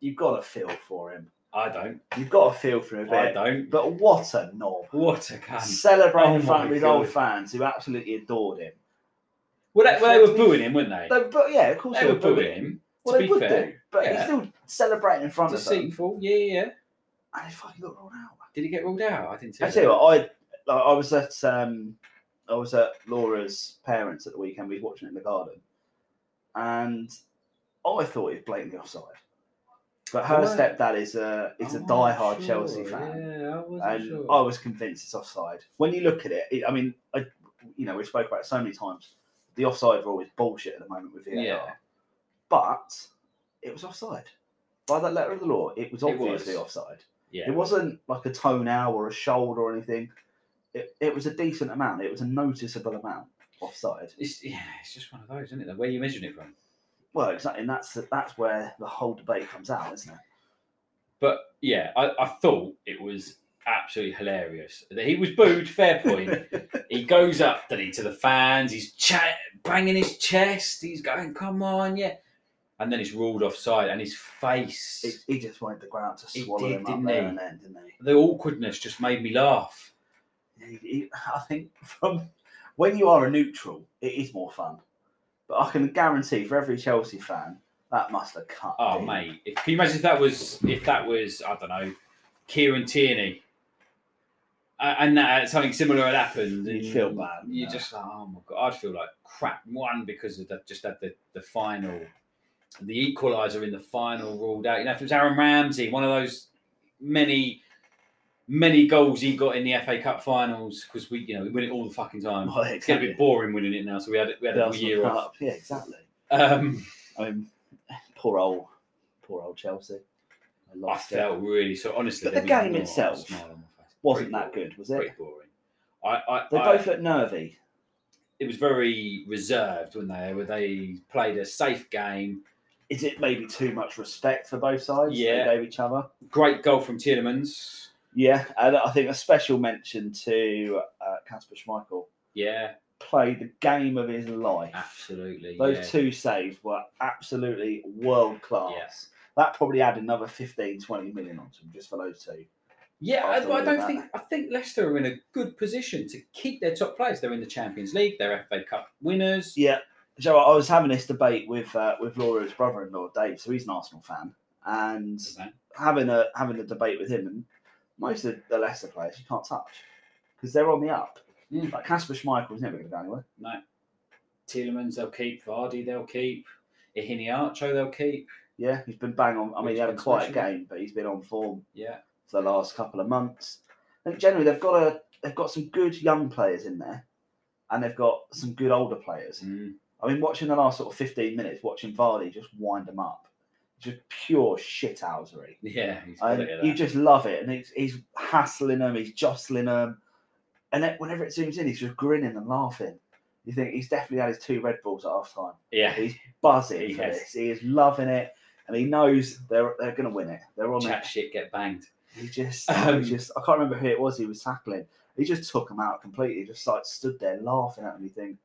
You've got a feel for him.
I don't.
You've got a feel for him. a
I
bit.
don't.
But what a knob!
What a cunt.
Celebrating
Oh
in front
my
of his
God.
old fans who absolutely adored him.
Well, they, well, they were booing him, weren't they?
They, but yeah, of course
They, were booing
him.
him.
Well,
to
they
be
would
fair,
do, but he's
Yeah.
still celebrating in front of them,
deceitful. Yeah, yeah. yeah.
and he fucking got ruled out.
Did he get ruled out? I didn't see.
I tell you what, I like, I was at um, I was at Laura's parents at the weekend. We was watching it in the garden, and I thought it was blatantly offside. But her
I weren't-
stepdad is a is a
I'm not
diehard
sure.
Chelsea fan,
Yeah, I wasn't
and
sure.
I was convinced it's offside. When you look at it, it I mean, I, you know, we spoke about it so many times. The offside rule is bullshit at the moment with VAR,
Yeah.
but it was offside by that letter of the law. It was
It was.
obviously offside.
yeah.
It wasn't like a toenail or a shoulder or anything. It, it was a decent amount. It was a noticeable amount offside.
It's, yeah, it's just one of those, isn't it? Where are you measuring it from?
Well, exactly, and that's that's where the whole debate comes out, isn't it?
But yeah, I, I thought it was absolutely hilarious. that He was booed, fair
[LAUGHS]
point. he goes up doesn't he, to the fans, he's cha- banging his chest, he's going, come on, yeah. And then he's ruled offside, and his face,
It- he just wanted the ground to
He
swallow
did,
him up
didn't
there
he?
and then, didn't he?
the awkwardness just made me laugh.
He- he- I think from when you are a neutral, it is more fun. But I can guarantee for every Chelsea fan, that must have cut.
Oh,
deep.
mate, if, can you imagine if that was, if that was, I don't know, Kieran Tierney, uh, and that, something similar had happened, and
You'd feel bad,
You
yeah.
just like, oh my god, I'd feel like crap. One because of that, just had the the final, the equaliser in the final ruled out. You know, if it was Aaron Ramsey, one of those many, many goals he got in the FA Cup finals because we, you know, we win it all the fucking time.
Well,
It's gonna be
exactly.
boring winning it now, so we had we had
The
a
Arsenal
year off.
Cup, Yeah, exactly.
Um,
I mean, poor old, poor old Chelsea. They
I
lost it.
felt really so honestly.
But the
there was
game
not a
itself
smile on my face.
wasn't
Pretty
that
boring.
good, was it?
Pretty boring. I, I,
They
I-
both look nervy.
it was very reserved when they were they played a safe game.
Is it maybe too much respect for both sides? they
Yeah.
gave each other.
Great goal from Tielemans.
Yeah, and I think a special mention to Casper Schmeichel
Yeah,
played the game of his life.
absolutely.
Those
yeah.
two saves were absolutely world class.
Yes.
That probably added another 15, 20 million onto him just for those two.
Yeah, I,
After all
I don't
that.
think I think Leicester are in a good position to keep their top players. They're in the Champions League. They're FA Cup winners.
Yeah. Joe, I was having this debate with uh, with Laura's brother-in-law, Dave. So he's an Arsenal fan, and having a having a debate with him, and most of the Leicester players you can't touch because they're on the up.
Mm.
Like Casper Schmeichel's never going to go anywhere.
No, Tielemans they'll keep. Vardy they'll keep. Ihiniacho they'll keep.
Yeah, he's been bang on. I mean,
He's
he had a
been
quiet
smashing it.
game, but he's been on form
Yeah,
for the last couple of months. And generally, they've got a they've got some good young players in there, and they've got some good older players.
Mm.
I mean, watching the last sort of fifteen minutes, watching Vardy just wind them up. just pure shithousery.
Yeah, he's good
And
at
you
that.
just love it. And he's, he's hassling them, he's jostling them. And then whenever it zooms in, he's just grinning and laughing. You think he's definitely had his two Red Bulls at half time.
yeah,
He's buzzing
He
for
has.
this. He is loving it. And he knows they're they're going to win it. They're on
chat
it.
shit, get banged.
He just,
Um,
he just, I can't remember who it was he was tackling. He just took him out completely. Just like stood there laughing at him. You think,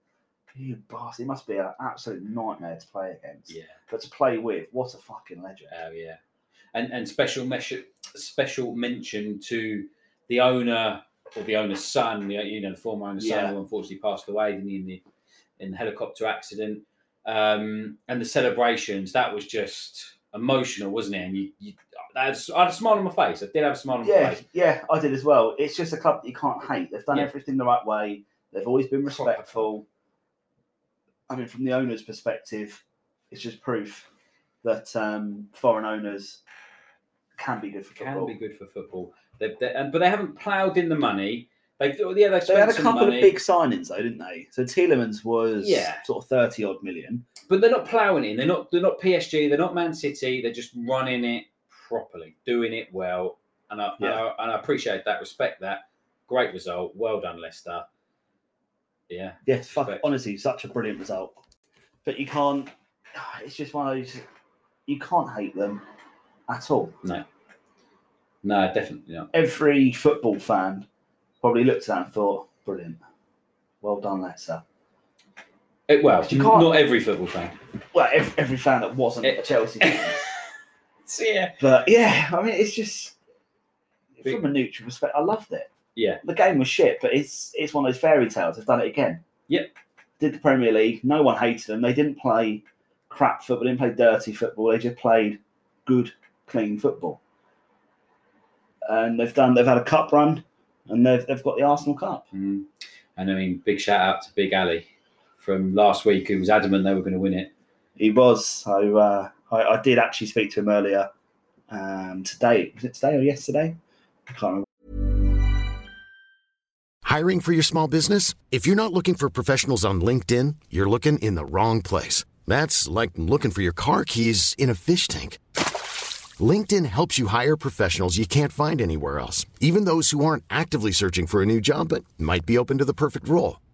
you bastard. He must be an absolute nightmare to play against.
Yeah.
But to play with, what a fucking legend.
Oh yeah, and and special mesh- special mention to the owner or the owner's son, you know, you know, the former owner's
Yeah.
son who unfortunately passed away didn't he, in the in the helicopter accident, um, and the celebrations. That was just emotional, wasn't it? And you, you I, had, I had a smile on my face. I did have a smile on my
Yeah,
face.
yeah, I did as well. It's just a club that you can't hate. They've done
Yeah.
everything the right way. They've always been
Proper club.
respectful. I mean, from the owner's perspective, it's just proof that um, foreign owners can be good for
Can
football.
be good for football, they, they, and, but they haven't ploughed in the money. They've yeah
They
they've spent
had a
some
couple
money,
of big signings, though, didn't they? So Tielemans was
Yeah.
sort of thirty odd million.
but they're not ploughing in. They're not they're not PSG. They're not Man City. They're just running it properly, doing it well, and I, and, I
Yeah.
and I appreciate that. Respect that. Great result. Well done, Leicester. Yeah,
Yes, fuck,
Respect.
honestly, such a brilliant result. But you can't. [SIGHS] It's just one of those. You can't hate them at all.
no, no, definitely not.
every football fan probably looked at that and thought, brilliant. Well done, Leicester.
Eh, well,
You can't-
not every football fan. Eh.
Well, every, every fan that wasn't a Chelsea
[LAUGHS]
fan.
yeah,
But yeah, I mean, it's just
Big-
from a neutral perspective, I loved it.
yeah,
The game was shit, but it's it's one of those fairy tales. They've done it again.
Yep.
Did the Premier League. No one hated them. They didn't play crap football. They didn't play dirty football. They just played good, clean football. And they've done. They've had a cup run, and they've they've got the Arsenal Cup.
Mm. and I mean, big shout out to Big Ali from last week, who was adamant they were going to win it.
He was. So uh, I, I did actually speak to him earlier um, today. Was it today or yesterday? I can't remember.
Hiring for your small business? If you're not looking for professionals on LinkedIn, you're looking in the wrong place. That's like looking for your car keys in a fish tank. LinkedIn helps you hire professionals you can't find anywhere else, even those who aren't actively searching for a new job but might be open to the perfect role.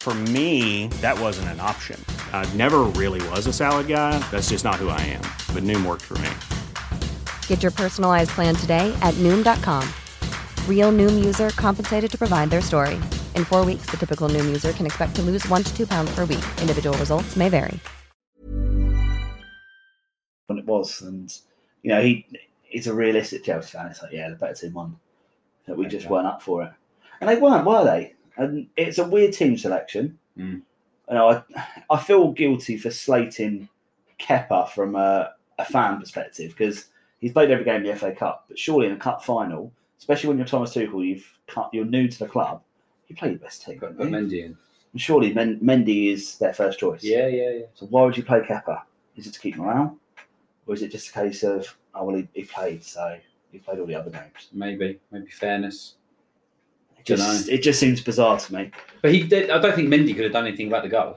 For me, that wasn't an option. I never really was a salad guy. That's just not who I am. But Noom worked for me.
Get your personalized plan today at Noom.com. Real Noom user compensated to provide their story. In four weeks, the typical Noom user can expect to lose one to two pounds per week. Individual results may vary.
when it was. And you know, he he's a realistic Chelsea fan. It's like, yeah, the better team won. That we just
Okay.
weren't up for it, and they weren't, were they? And it's a weird team selection.
Mm.
You know, I I feel guilty for slating Kepper from uh, a, a fan perspective because he's played every game in the FA Cup, but surely in a cup final, especially when you're Thomas Tuchel, you've cut, you're new to the club. You play your best team, don't
Put, put
you?
Mendy in.
and surely Men- Mendy is their first choice.
Yeah, yeah, yeah.
So why would you play Kepa? Is it to keep morale, or is it just a case of oh well he, he played so he played all the other games?
Maybe, maybe fairness.
It
Dunno.
just it just seems bizarre to me.
But he did. I don't think Mendy could have done anything about the goal.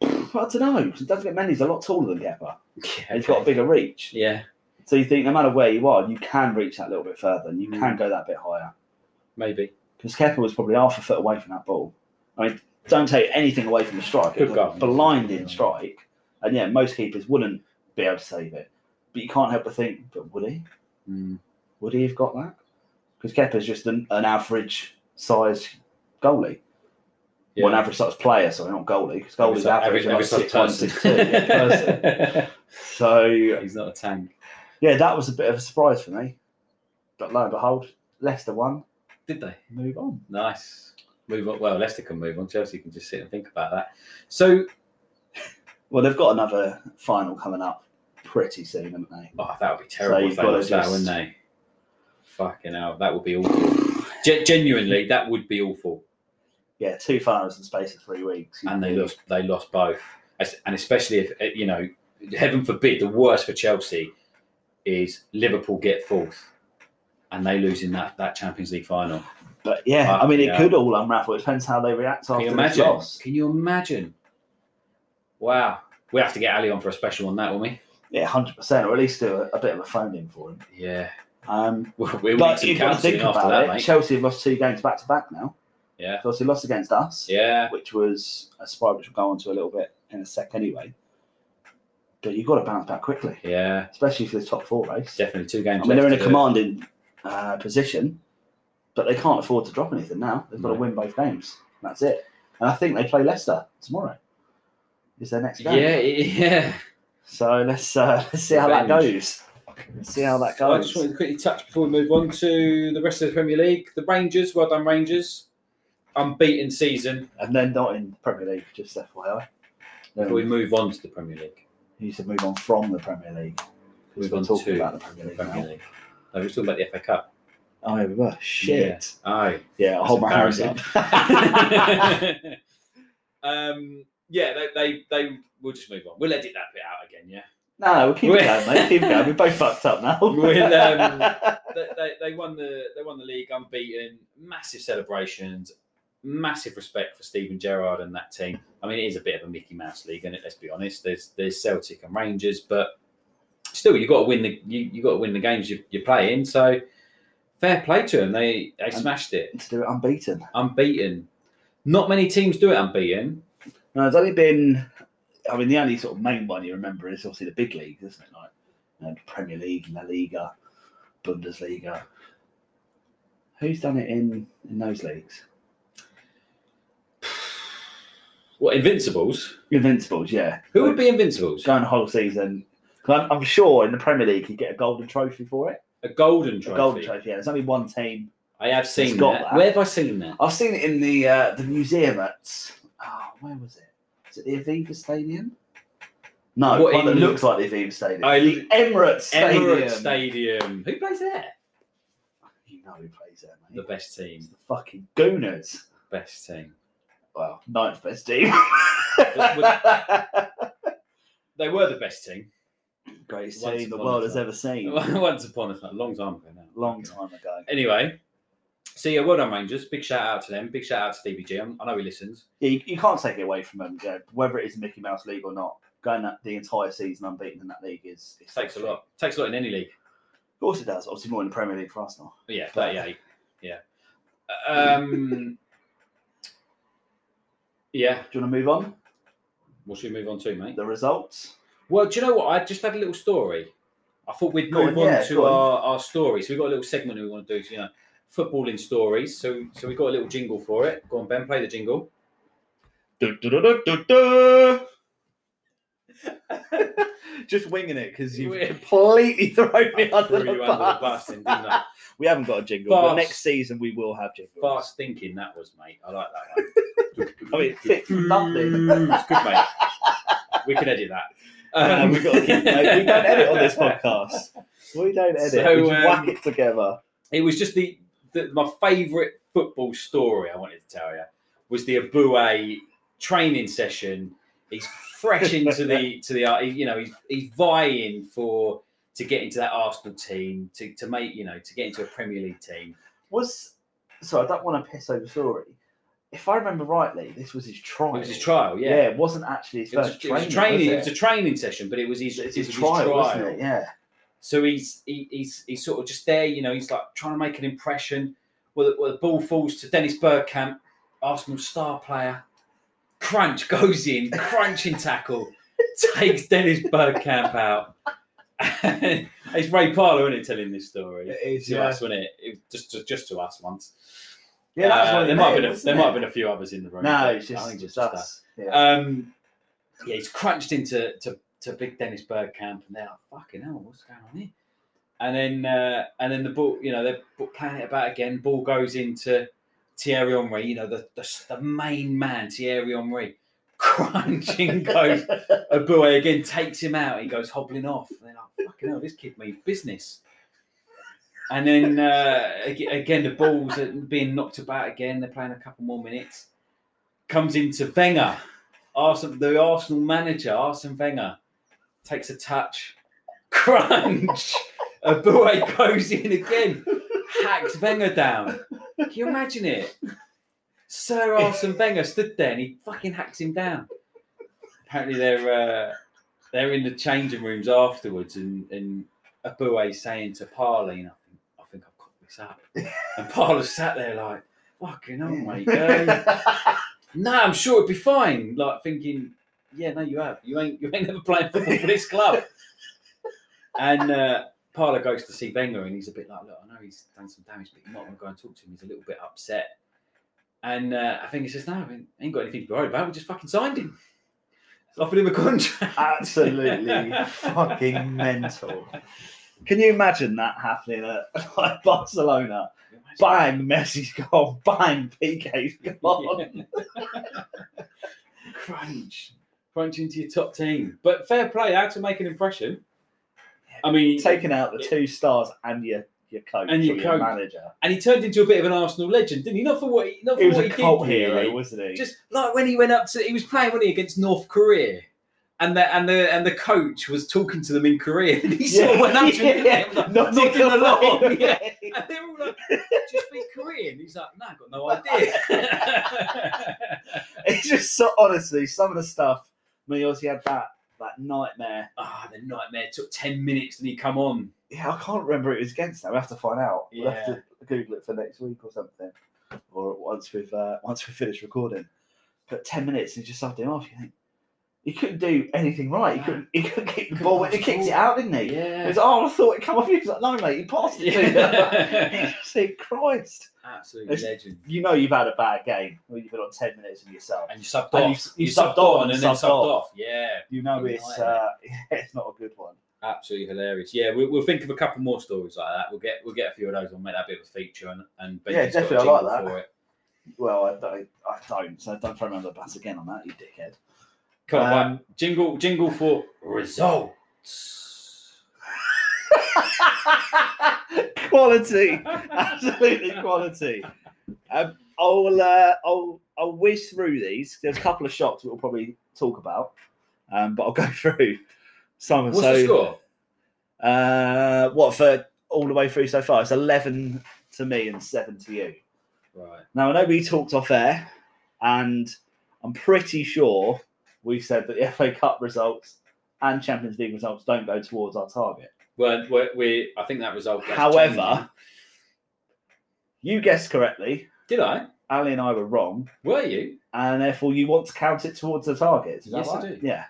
But [SIGHS] I don't know. Don't forget Mendy's a lot taller than Kepa.
[LAUGHS] Yeah,
and He's got a bigger reach.
yeah.
So you think no matter where you are, you can reach that little bit further and you can go that bit higher
Mm. Maybe.
because Kepa was probably half a foot away from that ball. I mean, don't take anything away from the strike.
Good
It was
goal.
a blinding strike, and yeah, most keepers wouldn't be able to save it. But you can't help but think, but would he? Would he have got that? Because Kepa's just an, an average size goalie.
Yeah.
Well, an average size player, sorry, not goalie, because goalie's average,
Every-
average
every
like six, one,
sort of
six, two, yeah, person.
[LAUGHS]
So
He's not a tank.
yeah, that was a bit of a surprise for me. But lo and behold, Leicester won.
Did they?
Move on.
Nice. Move on. Well, Leicester can move on. Chelsea can just sit and think about that. So,
Well, they've got another final coming up pretty soon, haven't they?
oh, that would be
So
terrible if
you've
they
gotta
lost that,
just-
wouldn't they? Fucking hell, that would be awful. Gen- genuinely, that would be awful.
Yeah, two finals in the space of three weeks.
And they lost. They lost both, As- and especially if eh, you know, heaven forbid, the worst for Chelsea is Liverpool get fourth, and they lose in that that Champions League final.
But yeah, I mean, it could all unravel. It depends how they react
Can
after
you
this
imagine?
loss.
Can you imagine? Wow, we have to get Ali on for a special on that, won't we?
Yeah, hundred percent, or at least do a, a bit of a phone in for him.
Yeah.
Um,
[LAUGHS] We'll, we'll need
but
some
you've got to
counselling
think
after
about
that,
it.
mate.
Chelsea have lost two games back to back now.
Yeah.
So obviously lost against us.
Yeah.
Which was a spot which we'll go on to a little bit in a sec anyway. But you've got to bounce back quickly.
Yeah.
Especially for the top four race.
Definitely two games.
I mean, they're in
left
a
to do.
commanding uh, position, but they can't afford to drop anything now. They've got to
No.
win both games. That's it. And I think they play Leicester tomorrow. Is their next game?
Yeah, [LAUGHS] yeah.
So let's uh, [LAUGHS] let's see how that
Revenge.
goes. Let's see how that
I
goes.
just wanted to quickly touch before we move on to the rest of the Premier League. The Rangers, well done, Rangers. Unbeaten season.
And then not in Premier League, just FYI.
Before we move on to the Premier League.
You used to move on from the Premier League.
Move
we're
on
talking
to
about the Premier League now.
League. No, we're talking about the FA Cup.
Oh, yeah, we were. Shit.
Yeah. Oh.
Yeah, I'll hold my hands up.
[LAUGHS] um, yeah, they, they, they, we'll just move on. We'll edit that bit out again, yeah?
No, no, we'll keep it going, mate. Keep it going. We're both fucked up now. [LAUGHS]
We'll, um, they, they, they won the they won the league unbeaten. Massive celebrations, massive respect for Stephen Gerrard and that team. I mean, it is a bit of a Mickey Mouse league, and let's be honest, there's there's Celtic and Rangers, but still, you got to win the you you got to win the games you, you're playing. So fair play to them. They they smashed it
to do it unbeaten.
unbeaten. Not many teams do it unbeaten.
No, there's only been. I mean, the only sort of main one you remember is obviously the big leagues, isn't it? Like you know, Premier League, La Liga, Bundesliga. Who's done it in in those leagues?
What invincibles?
Invincibles, yeah.
Who would be invincibles?
Going the whole season. 'Cause I'm, I'm sure in the Premier League you get a golden trophy for it.
A golden
A
trophy.
golden trophy. Yeah, there's only one team.
I have seen
It's got
that.
that.
Where have I seen that?
I've seen it in the uh, the museum at. Oh, where was it? Is it the Aviva Stadium? No,
What,
one that
in-
looks like the Aviva Stadium.
I-
the Emirates Stadium.
Emirates Stadium. Who plays there?
You know who plays there, mate.
The best team.
The fucking Gooners.
Best team.
Well, ninth best team. [LAUGHS]
They were the best team.
Greatest
Once
team the
upon a
world has
time.
ever seen.
[LAUGHS] Once upon a time, a long time ago now.
Long time ago.
Anyway, so yeah, well done Rangers. Big shout out to them. Big shout out to Stevie G. I'm- I know he listens.
Yeah, you, you can't take it away from them, Jed. Whether it is Mickey Mouse League or not, going up the entire season unbeaten in that league is. is
Takes a lot. Takes a lot in any league.
Of course it does. Obviously, more in the Premier League for Arsenal.
But yeah, 38. Yeah. Um. Yeah.
[LAUGHS] Do you want to move on?
What should we move on to, mate?
The results?
Well, do you know what? I just had a little story. I thought we'd
Go on,
move on,
yeah,
to
go on.
our, our story. So we've got a little segment we want to do, you know, footballing stories. So so we've got a little jingle for it. Go on, Ben, play the jingle.
[LAUGHS] Just winging it because you've
We're-
completely [LAUGHS] thrown me
I
under,
threw
the
you under the
bus.
bus then, didn't I?
we haven't got a jingle,
Fast.
but next season we will have jingles.
Fast thinking that was, mate. I like that
I
one.
mean, it fits [LAUGHS] nothing.
It's good, mate. We can edit that.
No, [LAUGHS] we got to keep, mate, we don't edit on this podcast. We don't edit.
[LAUGHS] So,
we just
um,
whack it together.
It was just the, the my favourite football story I wanted to tell you was the Abue training session. He's fresh into the to the uh, you know he's, he's vying for to get into that Arsenal team to to make you know to get into a Premier League team.
Was so I don't want to piss over Sorry. If I remember rightly, this was his trial.
It was his trial, yeah.
it wasn't actually his
It was,
first
a, it was a
training.
training. It
was
was a training session, but it was his.
It's
it
his
was
trial, wasn't it? Yeah.
So he's he, he's he's sort of just there, you know. He's like trying to make an impression. Well, the, well, the ball falls to Dennis Bergkamp, Arsenal star player. Crunch [LAUGHS] goes in, crunching tackle, takes Dennis Bergkamp out. [LAUGHS] it's Ray Parlour, isn't it, telling this story?
It is,
to
yeah.
us, wasn't it? it was just, just just to us once.
Yeah, that was
Uh,
one of
there
the
might have
main,
been a,
wasn't
there might
it?
have been a few others in the room.
No,
but
it's
I
just,
think
just
us.
us. Yeah.
Um, yeah, he's crunched into to, to big Dennis Bergkamp, and they're like, "Fucking hell, what's going on here?" And then uh, and then the ball, you know, they're b- playing it about again. Ball goes into Thierry Henry, you know, the the, s- the main man, Thierry Henry. [LAUGHS] Crunching goes Abue again, takes him out. He goes hobbling off. And they're like, "Fucking hell, this kid made business." And then uh, ag- again, the ball's uh, being knocked about again. They're playing a couple more minutes. Comes into Wenger, Arsenal, the Arsenal manager, Arsene Wenger, takes a touch, [LAUGHS] crunch. Abue goes in again, hacks Wenger down. Can you imagine it? Sir Arsene Wenger stood there and he fucking hacks him down. Apparently they're uh, they're in the changing rooms afterwards, and and Abue saying to Parley, I think I think I've cooked this up, and Parley sat there like, fucking
[LAUGHS]
hell, mate. Um, no, I'm sure it'd be fine. Like thinking, yeah, no, you have. You ain't you ain't never playing football for this club. And uh, Parla goes to see Wenger, and he's a bit like, look, I know he's done some damage, but you might want to go and talk to him. He's a little bit upset. And uh, I think he says, no, I ain't got anything to be worried about. We just fucking signed him. Offered him a contract.
Absolutely
[LAUGHS]
fucking mental. [LAUGHS] Can you imagine that happening at like Barcelona? Bang, Messi's gone. Bang, PK's [LAUGHS] gone.
Crunch. Crunch into your top team. But fair play, how to make an impression. I mean,
taking out the two stars and your your coach
and your, coach,
manager.
And he turned into a bit of an Arsenal legend, didn't he? Not for what he, not for
He was
what
a
he
cult
did,
hero, [LAUGHS]
really.
wasn't he?
Just like when he went up to, he was playing, wasn't he, against North Korea, and the and the and the coach was talking to them in Korean. And he sort of
Yeah.
went up to
[LAUGHS]
him,
Yeah.
didn't he? like,
Nodding
nodding
along.
along, [LAUGHS] yeah. And they're all like, "Do you speak Korean?" He's like, "No, I've got no
[LAUGHS]
idea." [LAUGHS]
It's just so honestly, some of the stuff. I mean, he obviously had that that nightmare.
Ah, the nightmare took ten minutes, and he come on.
Yeah, I can't remember who it was against now. We will have to find out. We'll have
Yeah.
to Google it for next week or something, or once we've uh, once we finish recording. But ten minutes and he just subbed him off. You think he couldn't do anything right? He couldn't. He couldn't kick the ball. He kicked it out, didn't he?
Yeah.
It was, oh, I thought it come off you. He's like, no, mate, he passed it. [LAUGHS] to
Yeah.
you. Say, Christ.
Absolute
It's-
legend.
You know you've had a bad game. Well, you've been on ten minutes and yourself.
And you subbed
And
off.
you- you subbed on
and
and
then
subbed
subbed
off.
off. Yeah.
You know
Fucking
it's
nightmare.
uh, [LAUGHS] it's not a good one.
Absolutely hilarious. Yeah, we'll, we'll think of a couple more stories like that. We'll get we'll get a few of those. We'll make that a bit of a feature and and
Yeah,
Benji's got a
definitely, I like
jingle
that.
For it.
Well, I don't. I don't. So don't throw me under the bus again on that, you dickhead.
Come on,
Um,
right. jingle jingle for result. [LAUGHS]
[LAUGHS] quality, absolutely quality. Um, I'll, uh, I'll I'll whiz through these. There's a couple of shots that we'll probably talk about, um, but I'll go [LAUGHS] through some.
What's
so,
the score?
Uh, what for all the way through so far? It's eleven to me and seven to you.
Right.
Now I know we talked off air, and I'm pretty sure we said that the [LAUGHS] FA Cup results and Champions League results don't go towards our target.
Well, we're, we I think that result. that's
However,
changing.
you guessed correctly.
did I?
Ali and I were wrong,
Were you?
and therefore you want to count it towards the target. Is that
Yes, I
right?
do.
Yeah.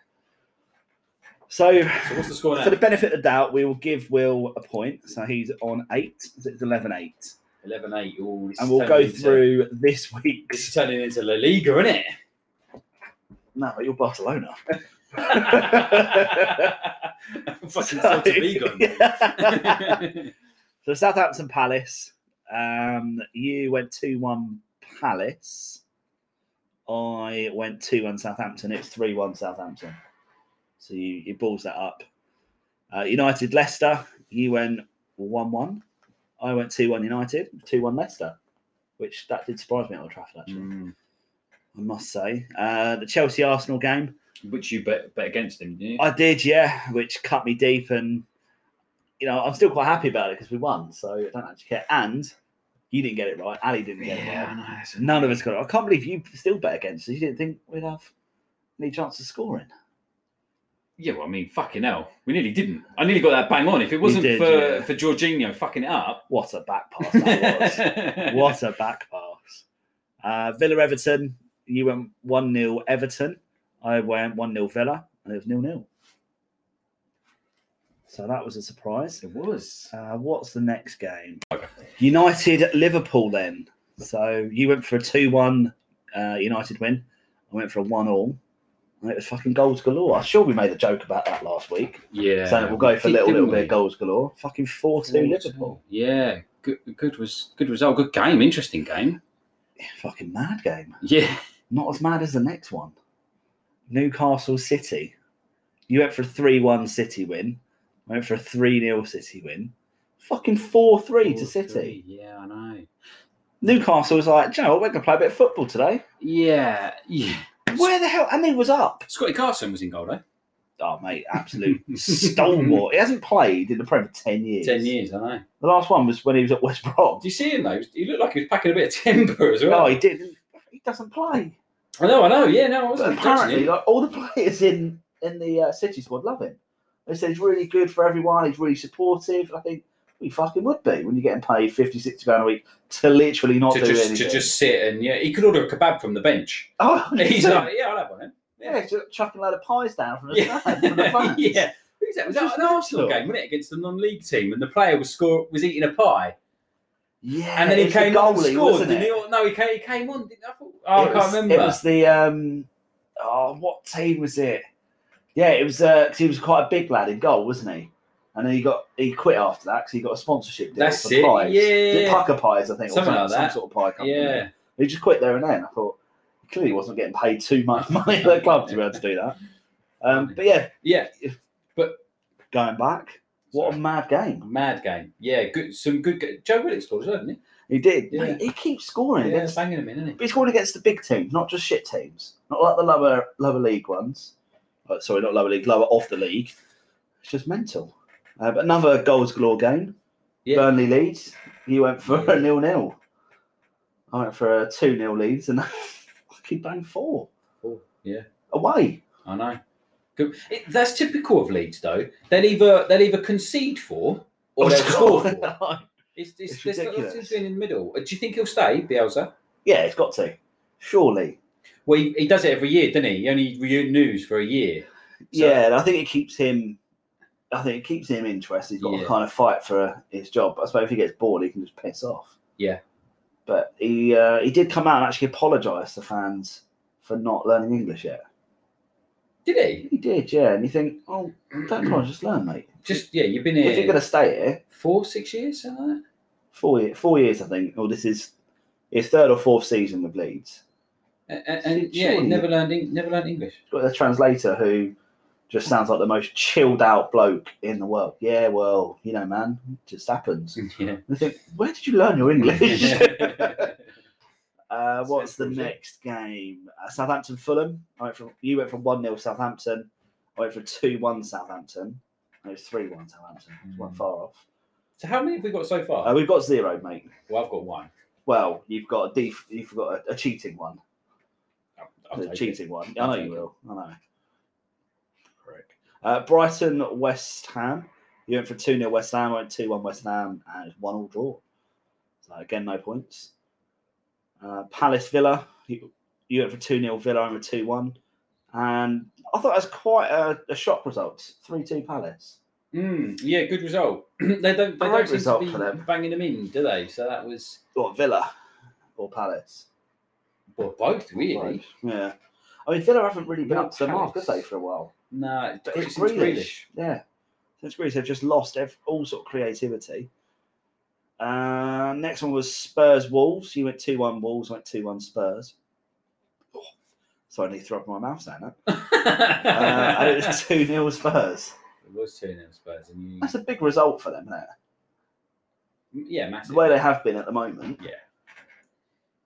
So,
So what's the score now?
for the benefit of the doubt, we will give Will a point. So he's on eight. So It's 11 8.
11-8. Ooh, this
And
is
we'll
turning
go
into-
through this
This
week's.
is turning into La Liga,
[LAUGHS]
isn't it? [LAUGHS]
No, but you're Barcelona.
Fucking
[LAUGHS]
Celta Vigo. mate.
So Southampton Palace. Um, you went two one Palace. I went two one Southampton. It's three one Southampton. So you you balls that up. Uh, United Leicester. You went one one. I went two one United. Two one Leicester. Which that did surprise me at Old Trafford actually.
Mm.
I must say. Uh, the Chelsea Arsenal game.
Which you bet, bet against him, didn't you?
I did, yeah, which cut me deep, and you know I'm still quite happy about it because we won, so I don't actually care. And you didn't get it right. Ali didn't get
yeah, I
it right.
know, that's
None of us got it. I can't believe you still bet against us. You didn't think we'd have any chance of scoring.
Yeah, well, I mean, fucking hell. We nearly didn't. I nearly got that bang on. If it wasn't
did,
for,
yeah.
for Jorginho fucking it up.
What a back pass
[LAUGHS]
that was! what a back pass. Uh, Villa Everton. You went one 0 Everton. I went one 0 Villa, and it was nil nil. So that was a surprise.
It was.
Uh, what's the next game? United Liverpool then. So you went for a 2 1 uh, United win. I went for a 1 all. And it was fucking goals galore. I'm sure we made a joke about that last week.
Yeah.
saying that we'll go for a little,
Didn't
little bit
we?
of goals galore. Fucking 4 2 Liverpool.
Yeah. Good, good was good result. Good game. Interesting game.
Fucking mad game.
Yeah.
Not as mad as the next one. Newcastle City. You went for a 3 1 City win. I went for a 3 0 City win. Fucking 4 3 to City.
Yeah, I know.
Newcastle was like, "Do you know what? We're going to play a bit of football today.
Yeah, yeah.
Where the hell? And he was up.
[LAUGHS] Scotty Carson was in goal, eh?
Oh, mate, absolute stalwart. He hasn't played in the Prem for 10 years.
Ten years, I know.
The last one was when he was at West Brom.
Do you see him though? He looked like he was packing a bit of timber as well.
No, he didn't. He doesn't play.
I know, I know. Yeah, no, I
But
wasn't
apparently,
judging him.
like, all the players in in the uh, City squad love him. They said he's really good for everyone. He's really supportive. I think we fucking would be when you're getting paid 50, 60 pound a week to literally not
to
do
just
anything.
to just sit and yeah, he could order a kebab from the bench.
Oh,
[LAUGHS] He's
yeah.
like, yeah, I'll have one. Then.
yeah, just chucking a load of pies down from the
Yeah.
stand from the fans.
[LAUGHS] yeah. Who's that? Was that
Just
an Arsenal
mental.
game, wasn't it, against the non-league team? And the player was score was eating a pie,
Yeah,
and then he
it was the
came on and
goalie,
scored.
wasn't
didn't he?
it?
Or- No, he came, he came on. Didn't, I thought, oh, I
It
can't
was-
remember.
It was the um, oh, what team was it? Yeah, it was uh 'cause he was quite a big lad in goal, wasn't he? And then he got he quit after that because he got a sponsorship deal
That's
for
it,
pies.
yeah.
Is it pucker pies, I think, or
Something
some,
like
some
that.
sort of pie company.
[LAUGHS] Yeah.
he just quit there and then. I thought he clearly wasn't getting paid too much money at the club to be able to do that. Um, but yeah,
yeah, but
going back, what a mad game!
mad game. Yeah, good. Some good. ga- Joe Willock scored, as well, didn't he?
He did.
Yeah.
Mate, he keeps scoring
Yeah,
against
banging him in, isn't
But he's going against the big teams, not just shit teams. Not like the lower lower league ones. Uh, sorry, not lower league, lower off the league. It's just mental. Uh, but another goals galore game.
Yeah.
Burnley leads. He went for a nil nil. I went for a two nil leads and [LAUGHS] fucking bang four
he? Oh, Yeah.
away.
I know. Good. It, that's typical of Leeds, though. They'll either they'll either concede for or they'll score for. [LAUGHS] It's, Oh, it's,
It's
there's not-
ridiculous.
nothing's been in the middle. Uh, Do you think he'll stay, Bielsa?
yeah, it's got to. Surely.
Well, he, he does it every year, doesn't he? He only renews for a year. So-
yeah, and I think it keeps him. I think it keeps him interested. He's got
Yeah.
to kind of fight for his job. I suppose if he gets bored, he can just piss off.
Yeah.
but he uh, he did come out and actually apologise to fans for not learning English yet.
Did he?
He did, yeah. And you think, oh, don't try, just learn, mate.
Just yeah, you've been
If you're
here
going to stay here
four, six years, something like that.
four year, four years, I think, or this is his third or fourth season with Leeds.
A- a- And, yeah, he
surely-
never learned Eng- never
[LAUGHS]
learned English.
He's got a translator who just sounds like the most chilled out bloke in the world. Yeah, well, you know, man, it just happens. And [LAUGHS]
Yeah.
you think, where did you learn your English?
[LAUGHS]
Uh, what's the
Southampton, yeah.
next game? Uh, Southampton Fulham. I went from you went from one 0 Southampton. I went from two one Southampton. No, it's three one Southampton. It's one far off.
so how many have we got so far?
Uh, we've got zero, mate.
well, I've got one.
Well, you've got a def- you've got a, a cheating one,
I'll
a
take
cheating
it.
one.
I'll
I know
take
you
it.
will. I know. Prick. Uh, Brighton West Ham. You went for two 0 West Ham. I went two one West Ham, and it's one all draw. So again, no points. Uh, Palace Villa. You, you went for two 0 Villa. I went two one. And I thought that was quite a, a shock result. 3 2 Palace.
Mm, yeah, good result. [CLEARS THROAT] they don't they
Great
don't seem
result
to be
for them.
banging them in, do they? So that was
What, Villa or Palace?
well both really.
Yeah. I mean, Villa haven't really been
No,
up to the mark, have
Palace.
they, for a while?
No, it's,
But
Gre-
it's
since
Grealish.
Grealish. [LAUGHS]
Yeah. Since Grealish, they've just lost ev- all sort of creativity. Uh, next one was Spurs Wolves. You went 2 1 Wolves, I went 2 1 Spurs. Oh, sorry, I need to throw up in my mouth saying that. Uh, and it was 2 0 Spurs.
It was two nil Spurs, and you,
That's a big result for them, isn't it?
yeah, massive.
The way they have been at the moment.
yeah,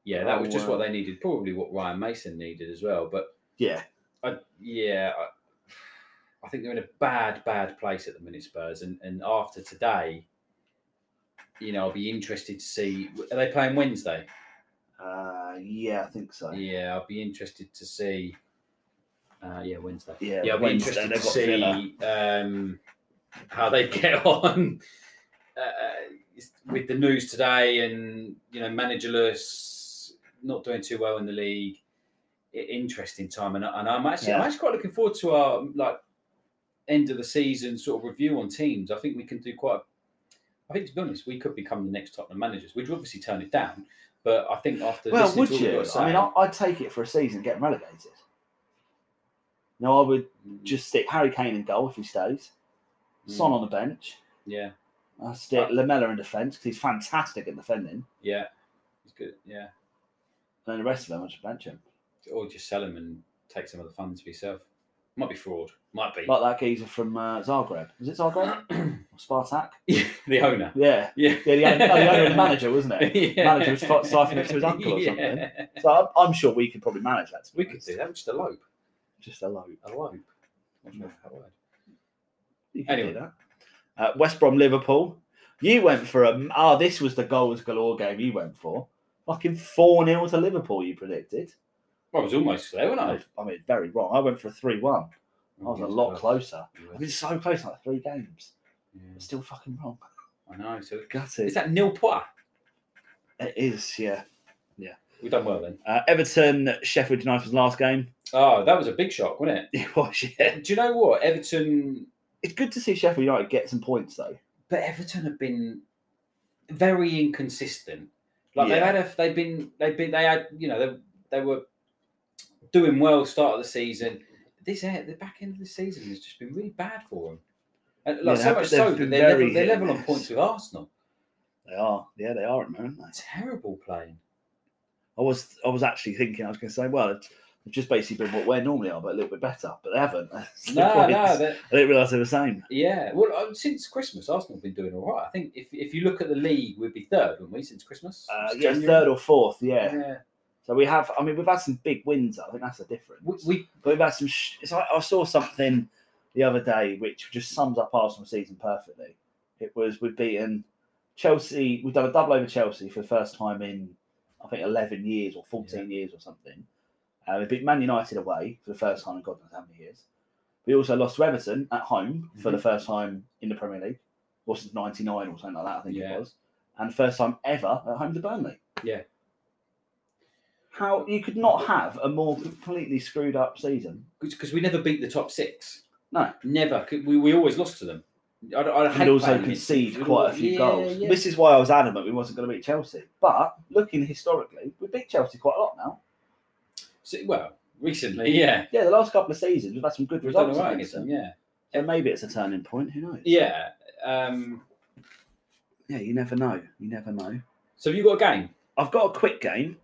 yeah, that was
Oh,
just what
wow.
they needed. Probably what Ryan Mason needed as well. But
Yeah.
I, yeah, I, I [SIGHS] think they're in a bad, bad place at the minute, Spurs. And and after today, you know, I'll be interested to see. Are they playing Wednesday?
Uh, yeah, I think so.
Yeah, I'll be interested to see. Uh, yeah, Wednesday.
Yeah,
I'll be
Wednesday,
interested to
they've got
see um, how they [LAUGHS] get on uh, with the news today, and you know, managerless, not doing too well in the league. I- Interesting time, and, I- and I'm actually I'm
Yeah.
actually quite looking forward to our like end of the season sort of review on teams. I think we can do quite. a- I think to be honest, we could become the next Tottenham managers. We'd obviously turn it down, but I think after
Well,
listening
would
to all we've
you?
got to
I mean,
say-
I, I'd take it for a season, getting relegated. No, I would
Mm.
just stick Harry Kane in goal if he stays. Son on the bench.
Yeah,
I stick Lamella in defence because he's fantastic at defending.
yeah, it's good. Yeah,
And then the rest of them, I just bench him.
or just sell them and take some of the funds for yourself. Might be fraud. Might be.
Like that geezer from uh, Zagreb. Was it Zagreb? I Spartak?
[LAUGHS] the owner.
Yeah.
Yeah.
Yeah, the owner, oh, the
[LAUGHS]
owner and manager, wasn't it?
Yeah.
Manager was fi- siphoning it to his uncle or
[LAUGHS] Yeah.
something. So I'm, I'm sure we could probably manage that.
We could do that. Just elope.
Just elope.
Elope. I'm sure that word.
You can do that. Uh, West Brom Liverpool. You went for a. Ah, this was the goals galore game you went for. Fucking 4 0 to Liverpool, you predicted.
Well, I was almost there, wasn't
I? I mean, very wrong. I went for a 3 1. I was a lot closer. I've been so close in like three games. It's Still fucking wrong. [LAUGHS]
I know. So
Gutted.
Is that nil pois?
It is, yeah. Yeah.
We've done well then.
Uh, Everton, Sheffield United was last game. [LAUGHS]
Oh, that was a big shock, wasn't it?
It was, yeah.
Do you know what? Everton.
It's good to see Sheffield United get some points, though.
But Everton have been very inconsistent. Like
Yeah.
they've had, a, they've been, they've been, they had, you know, they, they were doing well start of the season. This eh, the back end of the season has just been really bad for them. And, like
Yeah,
so
they-
much
they've
so
been
that they're
very
level, they're
hit and
level on points with Arsenal.
They are. Yeah, they are at the moment. aren't they?
Terrible playing.
I was I was actually thinking I was going to say, well, it's it's just basically been what we normally are, but a little bit better. But they haven't. [LAUGHS] That's the
No,
point.
no, they're-
I didn't realise they were the same.
Yeah, well, uh, since Christmas, Arsenal have been doing all right. I think if, if you look at the league, we'd be third, wouldn't we, since Christmas?
Uh,
Since
yeah,
January?
third or fourth. Yeah.
Yeah.
So we have. I mean, we've had some big wins. I think that's the difference.
We, we
but we've had some. Sh- it's like I saw something the other day which just sums up Arsenal season perfectly. It was we've beaten Chelsea. We've done a double over Chelsea for the first time in I think eleven years or fourteen years or something. Uh, we beat Man United away for the first time in God knows how many years. We also lost to Everton at home for the
Mhm.
first time in the Premier League, or since '99 or something like that. I think
Yeah.
it was, and first time ever at home to Burnley.
Yeah.
How you could not have a more completely screwed up season?
because we never beat the top six.
No,
never. 'Cause We, we always lost to them. I, I hate
and also
playing against
concede
them.
quite a few
Yeah,
goals.
yeah.
This is why I was adamant we wasn't going to beat Chelsea. But looking historically, we beat Chelsea quite a lot now.
So- well, recently, yeah.
Yeah, the last couple of seasons we've had some good
We've done
results
all right
against
against
them. So
them,
maybe it's a turning point. Who knows?
Yeah. Um,
Yeah, you never know. You never know.
So have you got a game?
I've got a quick game,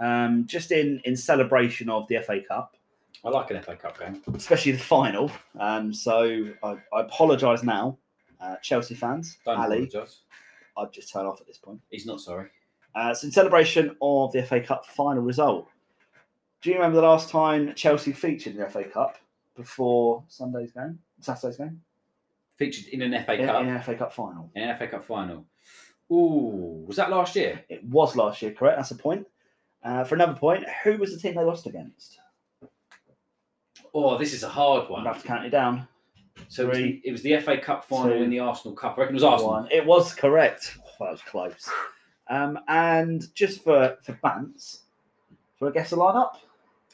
um, just in in celebration of the FA Cup,
I like an FA Cup game.
especially the final. Um, so I, I apologise now, uh, Chelsea fans.
Don't
Ali,
apologise.
I'll just turn off at this point.
He's not sorry.
Uh, so in celebration of the FA Cup final result. Do you remember the last time Chelsea featured in the FA Cup before Sunday's game, Saturday's game,
Featured in an FA
in,
Cup.
in an FA Cup final?
In an FA Cup final. Ooh, was that last year?
It was last year, correct? That's a point. Uh, for another point, who was the team they lost against?
Oh, this is a hard one.
I'm about to count it down.
So it was,
Three,
the, it was the FA Cup final
two,
in the Arsenal Cup. I reckon it was Arsenal.
One. It was correct. Oh, that was close. Um, and just for for Bance, do I guess the lineup?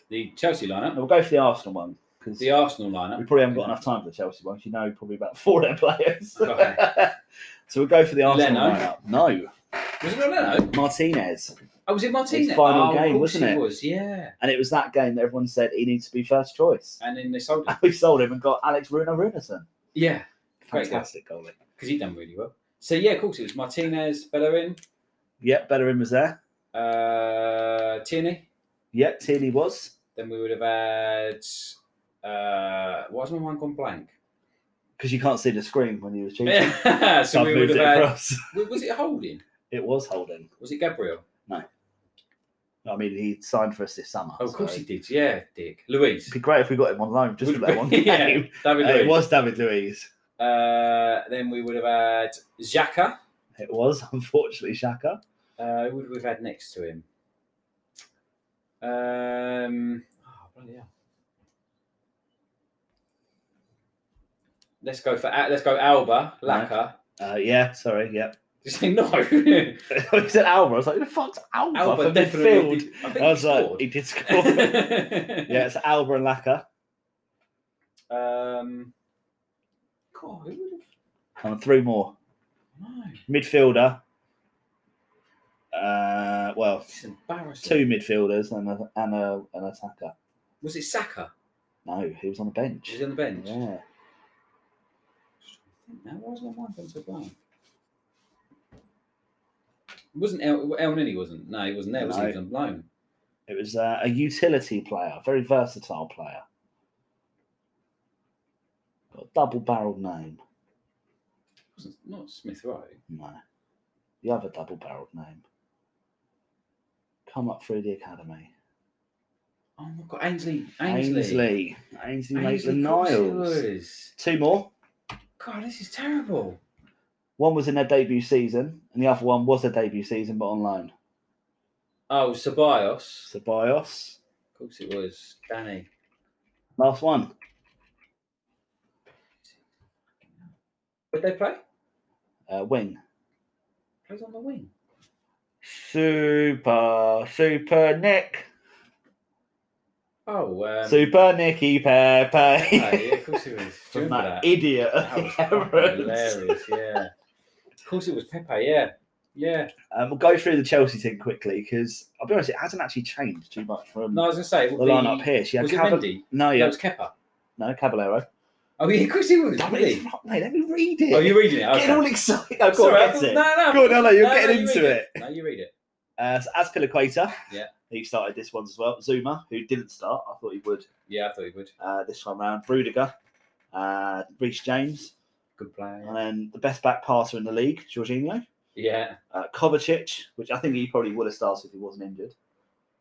The Chelsea lineup.
We'll go for the Arsenal one because
The Arsenal lineup.
we probably haven't got enough time for the Chelsea one. 'cause You know, probably about four of their players.
Okay.
so we'll go for the Arsenal
Leno.
lineup. No,
Was it Leno?
Martinez,
Oh, was it Martinez?
His final
oh, of
game,
course
wasn't it?
was, yeah.
and it was that game that everyone said he needs to be first choice.
And then they sold him.
We sold him and got Alex Bruno Runerson.
Yeah. Great guy.
Fantastic goalie.
Because he'd done really well. So, yeah, of course, it was Martinez, Bellerin,
Yep, Bellerin was there.
uh, Tierney.
Yep, Tierney was.
Then we would have had. Uh, why has my mind gone blank?
Because you can't see the screen [LAUGHS] when you were cheating.
[LAUGHS] so
I've
we would
moved
have
it
had.
across.
[LAUGHS] w- Was it Holding?
It was Holden.
Was it Gabriel?
No. I mean, he signed for us this summer.
Oh, of course
so
he did. Yeah, Dick. Luis.
It'd be great if we got him on loan just for
Would
that
be- [LAUGHS]
one
yeah,
game.
David
Uh, It
Luiz.
was David Luiz.
Uh, then we would have had Xhaka.
It was, unfortunately, Shaka.
Uh, who would we have had next to him? Um, oh, bloody hell. Let's go for Al- let's go Alba Laka.
Uh, yeah, sorry, yeah. [LAUGHS]
Did you say no? [LAUGHS]
he said Alba. I was like, who the fuck's Alba,
Alba
for
definitely
midfield?
did- I think he
I was like,
scored.
he did score.
[LAUGHS]
yeah, it's Alba and Laka.
um, God, who would have?
And three more.
No,
Midfielder. Uh, well,
it's embarrassing.
two midfielders and, a, and a, an attacker.
Was it Saka?
No, he was on the
Was
bench.
he on the bench?
Yeah.
Now, why is my mind going so blank? It wasn't El, El Nini wasn't. No, he wasn't there. Was he?
No.
he was on loan.
It was uh, a utility player, a very versatile player. Got a double barreled name.
wasn't not Smith Rowe.
No. The other double barreled name. Come up through the academy.
Oh my god, Ainsley, Ainsley,
Ainsley. Ainsley
Ainsley
Maitland Niles.
Coxewas.
Two more.
God, this is terrible.
One was in their debut season, and the other one was their debut season but on loan.
Oh, Ceballos.
Ceballos.
Of course it was Danny.
Last one.
Did they play?
Uh, wing.
Plays on the wing.
Super, super Nick.
Oh, um,
Super Nicky Pepe.
Oh,
[LAUGHS]
yeah, of course it was. Do you
From
remember
that
that?
idiot.
That
[LAUGHS]
was fucking hilarious. Yeah. Of course it was Pepe. Yeah. Yeah.
Um, we'll go through the Chelsea thing quickly because I'll be honest, it hasn't actually changed too much from
No, I was gonna say
the
the-
lineup here. She had
was it
Cava-
Mendy?
No, yeah,
it was Kepa.
no Caballero.
Oh yeah, of course it was.
Damn
really.
it, fuck, mate, let me read it.
Oh, you're reading it,
Getting
okay.
all excited. I've
Sorry,
got
I
to
thought-
get it.
No, no,
Go on, no, no, you're
no, no,
getting
you
into
read
it.
No, you read it.
Uh, so as Pilaquater,
Yeah.
he started this one as well. Zuma, who didn't start, I thought he would
Yeah, I thought you would.
uh, this time round. Rudiger, uh, Reece James,
Good player.
and then the best back passer in the league, Jorginho.
Yeah.
Uh, Kovacic, which I think he probably would have started if he wasn't injured,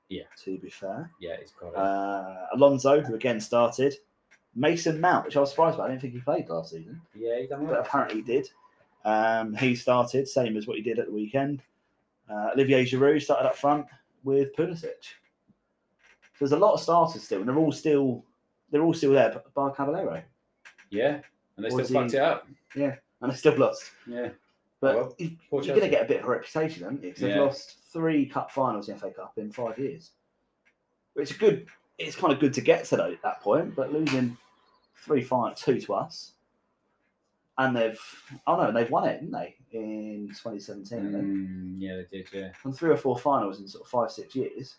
Yeah.
to be fair.
Yeah, it's got it.
Uh, Alonso, who again started. Mason Mount, which I was surprised about. I didn't think he played last season,
yeah, he's done
but
well.
apparently he did. Um, he started, same as what he did at the weekend. Uh, Olivier Giroud started up front with Pulisic. So there's a lot of starters still, and they're all still they're all still there, but bar Caballero.
Yeah. And they
Or
still
is he-
fucked it up.
Yeah, and they still lost.
Yeah.
But
Well,
you-
poor
you're going to
Chelsea.
get a bit of a reputation, haven't you? 'Cause
Yeah.
they've lost three cup finals in the FA Cup in five years. Which is good. It's kind of good to get to tho- that point, but losing three final two to us, and they've oh no, they've won it, didn't they? In 2017, haven't they?
Mm, yeah, they did. Yeah.
and three or four finals in sort of five six years.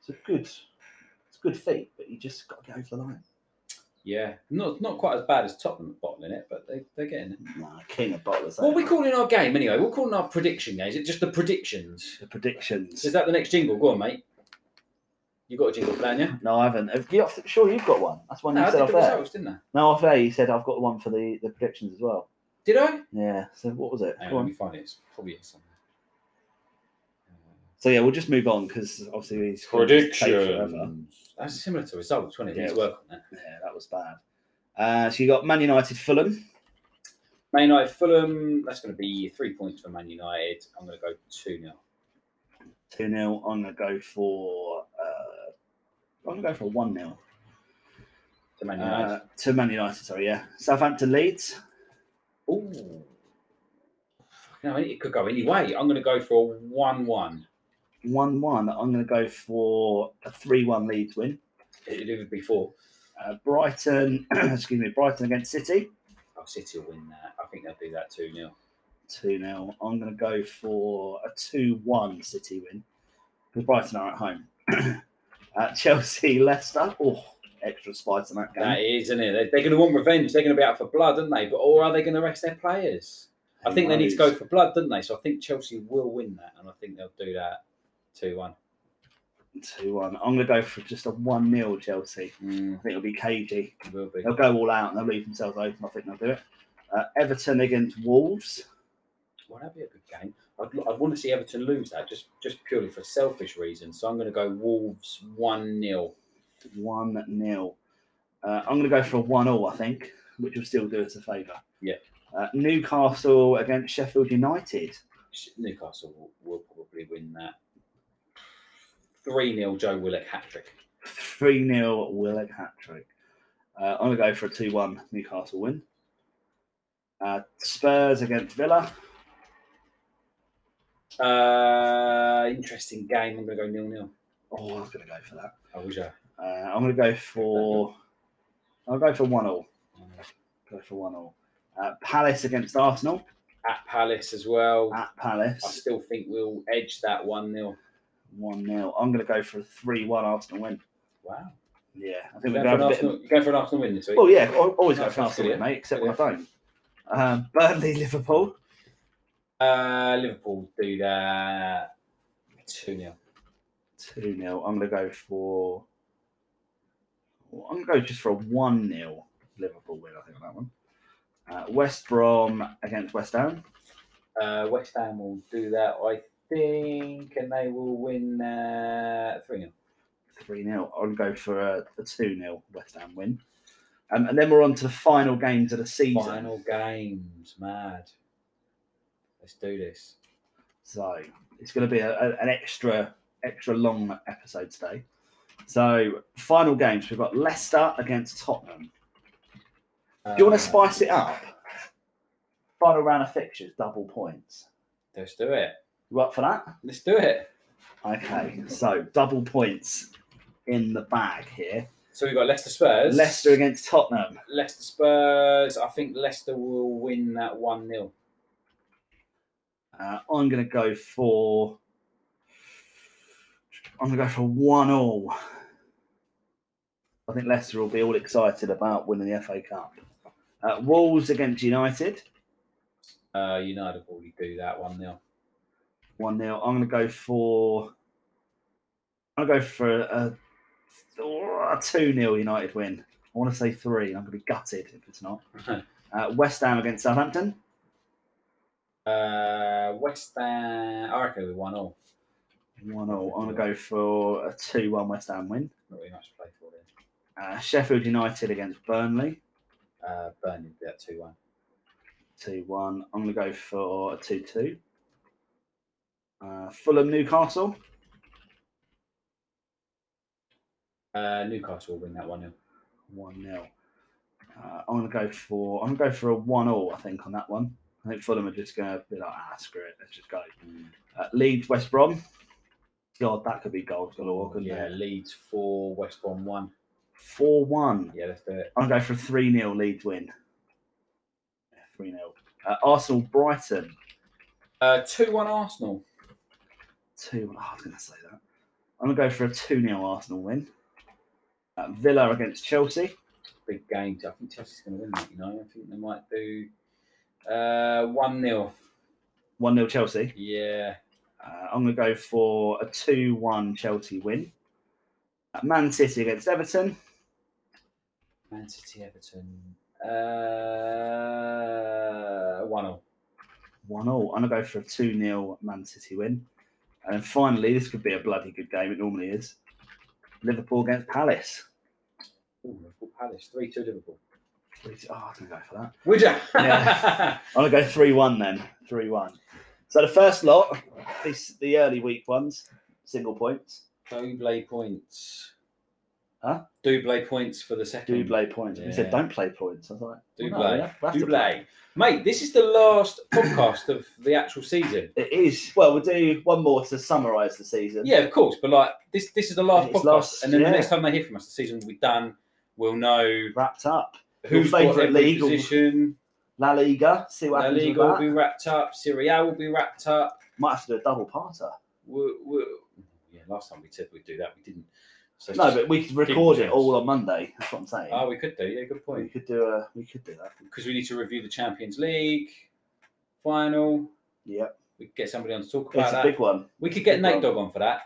It's a good, it's a good feat, but you just got to get over the line.
Yeah. Not not quite as bad as Tottenham at bottling it, but they they're getting it.
Nah, king of bottlers.
What are
eh?
we calling our game anyway? We're calling our prediction game. Is it just the predictions?
the predictions?
Is that the next jingle? Go on, mate. You got a jingle plan, yeah?
No, I haven't. Have you, sure, you've got one. That's one
No,
you
I
said
did
off
the
there.
results, didn't I?
No, off air, you said I've got one for the, the predictions as well.
Did I?
Yeah. So what was it?
Hang
Go on.
on, let me find it. It's probably here somewhere.
So yeah, we'll just move on because obviously these
That's similar to results, wasn't it?
Yeah.
Let's work on that.
Yeah, that was bad. Uh, so you got Man United, Fulham.
Man United, Fulham. That's going to be three points for Man United. I'm going to go two 0
Two 0 I'm gonna go for. Uh, I'm gonna go for one 0
to Man
uh,
United.
to Man United. Sorry, yeah. Southampton, Leeds.
Ooh. No, it could go any way. I'm going to go for a one-one.
One one. I'm gonna go for a three one Leeds win.
It it would be four.
Uh, Brighton, [CLEARS THROAT] excuse me, Brighton against City. [LAUGHS]
Oh, City will win that. I think they'll do that two 0
Two 0 I'm gonna go for a two one City win because Brighton are at home. uh, Chelsea, Leicester. Oh, extra spice in that game.
That is, isn't it? They- They're going to want revenge. They're going to be out for blood, aren't they? But or are they going to rest their players? I
Who
think they need to go
knows?
for blood, don't they? So I think Chelsea will win that, and I think they'll do that two-one.
Two one. I'm gonna go for just a one 0 Chelsea. I
Mm,
think it'll be cagey.
it will be.
They'll go all out and they'll leave themselves open. I think they'll do it. Uh, Everton against Wolves.
Well, that'd be a good game. I'd, I'd want to see Everton lose that just just purely for selfish reasons. So I'm going to go Wolves 1 0.
One 0 uh, I'm gonna go for a one 0 I think, which will still do us a favour.
Yeah.
Uh, Newcastle against Sheffield United.
Newcastle will, will probably win that. 3 0 Joe Willock hat trick.
Three 0 Willock hat trick. Uh, I'm gonna go for a two one Newcastle win. Uh, Spurs against Villa.
Uh, interesting game. I'm going to go nil nil.
Oh, I was gonna go for that.
I wish I.
Uh, I'm gonna go for. I'll go for one 0 Go for one 0 uh, Palace against Arsenal
At Palace as well.
at
I
Palace
still think we'll edge that 1 0.
one 0 I'm gonna go for a three one Arsenal win.
Wow.
Yeah, I
You
think we're gonna
going
have
for, an
a bit. Of,
Arsenal- you going for an Arsenal win this week?
well, yeah, al- always go
No,
for an Arsenal win,
good, yeah.
mate. Except when I
Good,
don't. Um, Burnley Liverpool.
Uh, Liverpool do that 2 0.
2 0. I'm going to go for. I'm going to go just for a 1 0 Liverpool win, I think, on that one. Uh, West Brom against West Ham.
Uh, West Ham will do that, I think, and they will win uh, three 0
Three 0 I'll go for a, a two 0 West Ham win. Um, and then we're on to the final games of the season.
Final games, mad. Let's do this.
So it's going to be a, a- an extra extra long episode today. So final games we've got Leicester against Tottenham. Do you want to spice it up? Uh, Final round of fixtures, double points.
Let's do it.
You up for that?
Let's do it.
Okay, so double points in the bag here.
So we've got Leicester Spurs.
Leicester against Tottenham.
Leicester Spurs. I think Leicester will win that one 0
Uh, I'm going to go for. I'm going to go for one all. I think Leicester will be all excited about winning the FA Cup. Uh, Wolves against United,
Uh, United will probably do that one 0
one 0 I'm going to go for. I'm going to go for a, a two 0 United win. I want to say three. and I'm going to be gutted if it's not. Uh, West Ham against Southampton.
[LAUGHS] Uh, West Ham. I reckon we won all.
One all. I'm going to go for a two-one West Ham win.
Not really much to play for then.
Uh, Sheffield United against Burnley.
Uh, Burnley will do that two one.
Two one. I'm gonna go for a two two. Uh, Fulham Newcastle.
Uh, Newcastle will win that one 0
One 0 uh, I'm gonna go for I'm gonna go for a one all. I think on that one. I think Fulham are just gonna be like, ah, screw it, let's just go. Uh, Leeds West Brom. God, that could be goals galore, Oh, couldn't
Yeah,
it?
Leeds four, West Brom one.
Four one.
Yeah, let's do it.
I'm gonna go for a three 0 Leeds win. Three 0 uh, Arsenal Brighton.
Uh, two one Arsenal.
Two. oh, I was gonna say that. I'm gonna go for a two 0 Arsenal win. Uh, Villa against Chelsea.
Big game. I think Chelsea's going to win that. You know, I think they might do uh one 0
One 0 Chelsea.
Yeah.
Uh, I'm going to go for a 2 1 Chelsea win. Uh, Man City against Everton.
Man City, Everton. Uh, one 0
1 0. I'm going to go for a 2 0 Man City win. And then finally, this could be a bloody good game. It normally is. Liverpool against Palace.
Ooh, Liverpool Palace, three two Liverpool.
Three two- Oh, I'm going to go for that.
Would you? [LAUGHS]
Yeah. I'm going to go 3 1 then. 3 1. So the first lot, these, the early week ones, single points.
Double points.
Huh?
Double points for the second.
Dublé points. We
Yeah.
said don't play points. I was like, well, no, we
Dublé.
have- we have to play.
Dublé. Mate, this is the last [COUGHS] podcast of the actual season.
It is. Well, we'll do one more to summarise the season.
Yeah, of course. But like this, this is the last
It's
podcast,
last-
and then
yeah.
the next time they hear from us, the season will be done. We'll know
Wrapped up. Your
who's got
favourite
every
league will-
position.
La Liga. See what
La
happens with
Liga will
that.
be wrapped up. Serie A will be wrapped up.
Might have to do a double parter.
We'll, we'll, yeah, last time we said we'd do that, we didn't. So
No,
just
but we could
keep
record it
things.
all on Monday. That's what I'm saying.
Oh, we could do. Yeah, good
we
point.
could do a. We could do that.
Because we need to review the Champions League final.
Yep.
We could get somebody on to talk about
It's a
that.
big one.
We could get
big
Nate
one.
Dog on for that.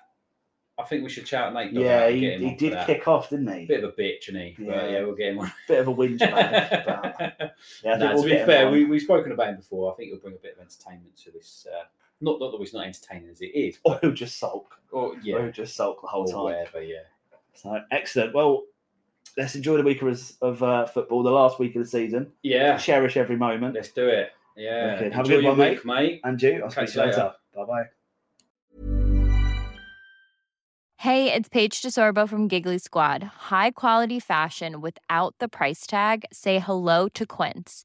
I think we should shout Nate Dog. out
yeah,
and
he,
get him
he
on for
did
that.
kick off, didn't he?
Bit of a bitch, and he.
Yeah.
But yeah, we'll get him on.
Bit of a whinge bag.
[LAUGHS]
but, yeah, I think
No,
we'll
to
get
be
him
fair,
on.
we, we've spoken about him before. I think he'll bring a bit of entertainment to this. Uh, not, not that it's not entertaining as it is,
Or he'll just sulk.
or
Or
yeah,
he'll just sulk the whole
or
time.
whatever. Yeah,
So excellent. Well, let's enjoy the week of, of uh, football, the last week of the season.
yeah.
Cherish every moment.
Let's do it. Yeah,
Okay, have a
Enjoy
good
your
one,
week, mate.
And you, I'll
Catch
speak to you
you
later.
later.
Bye bye.
Hey, it's Paige DeSorbo from Giggly Squad. High quality fashion without the price tag. Say hello to Quince.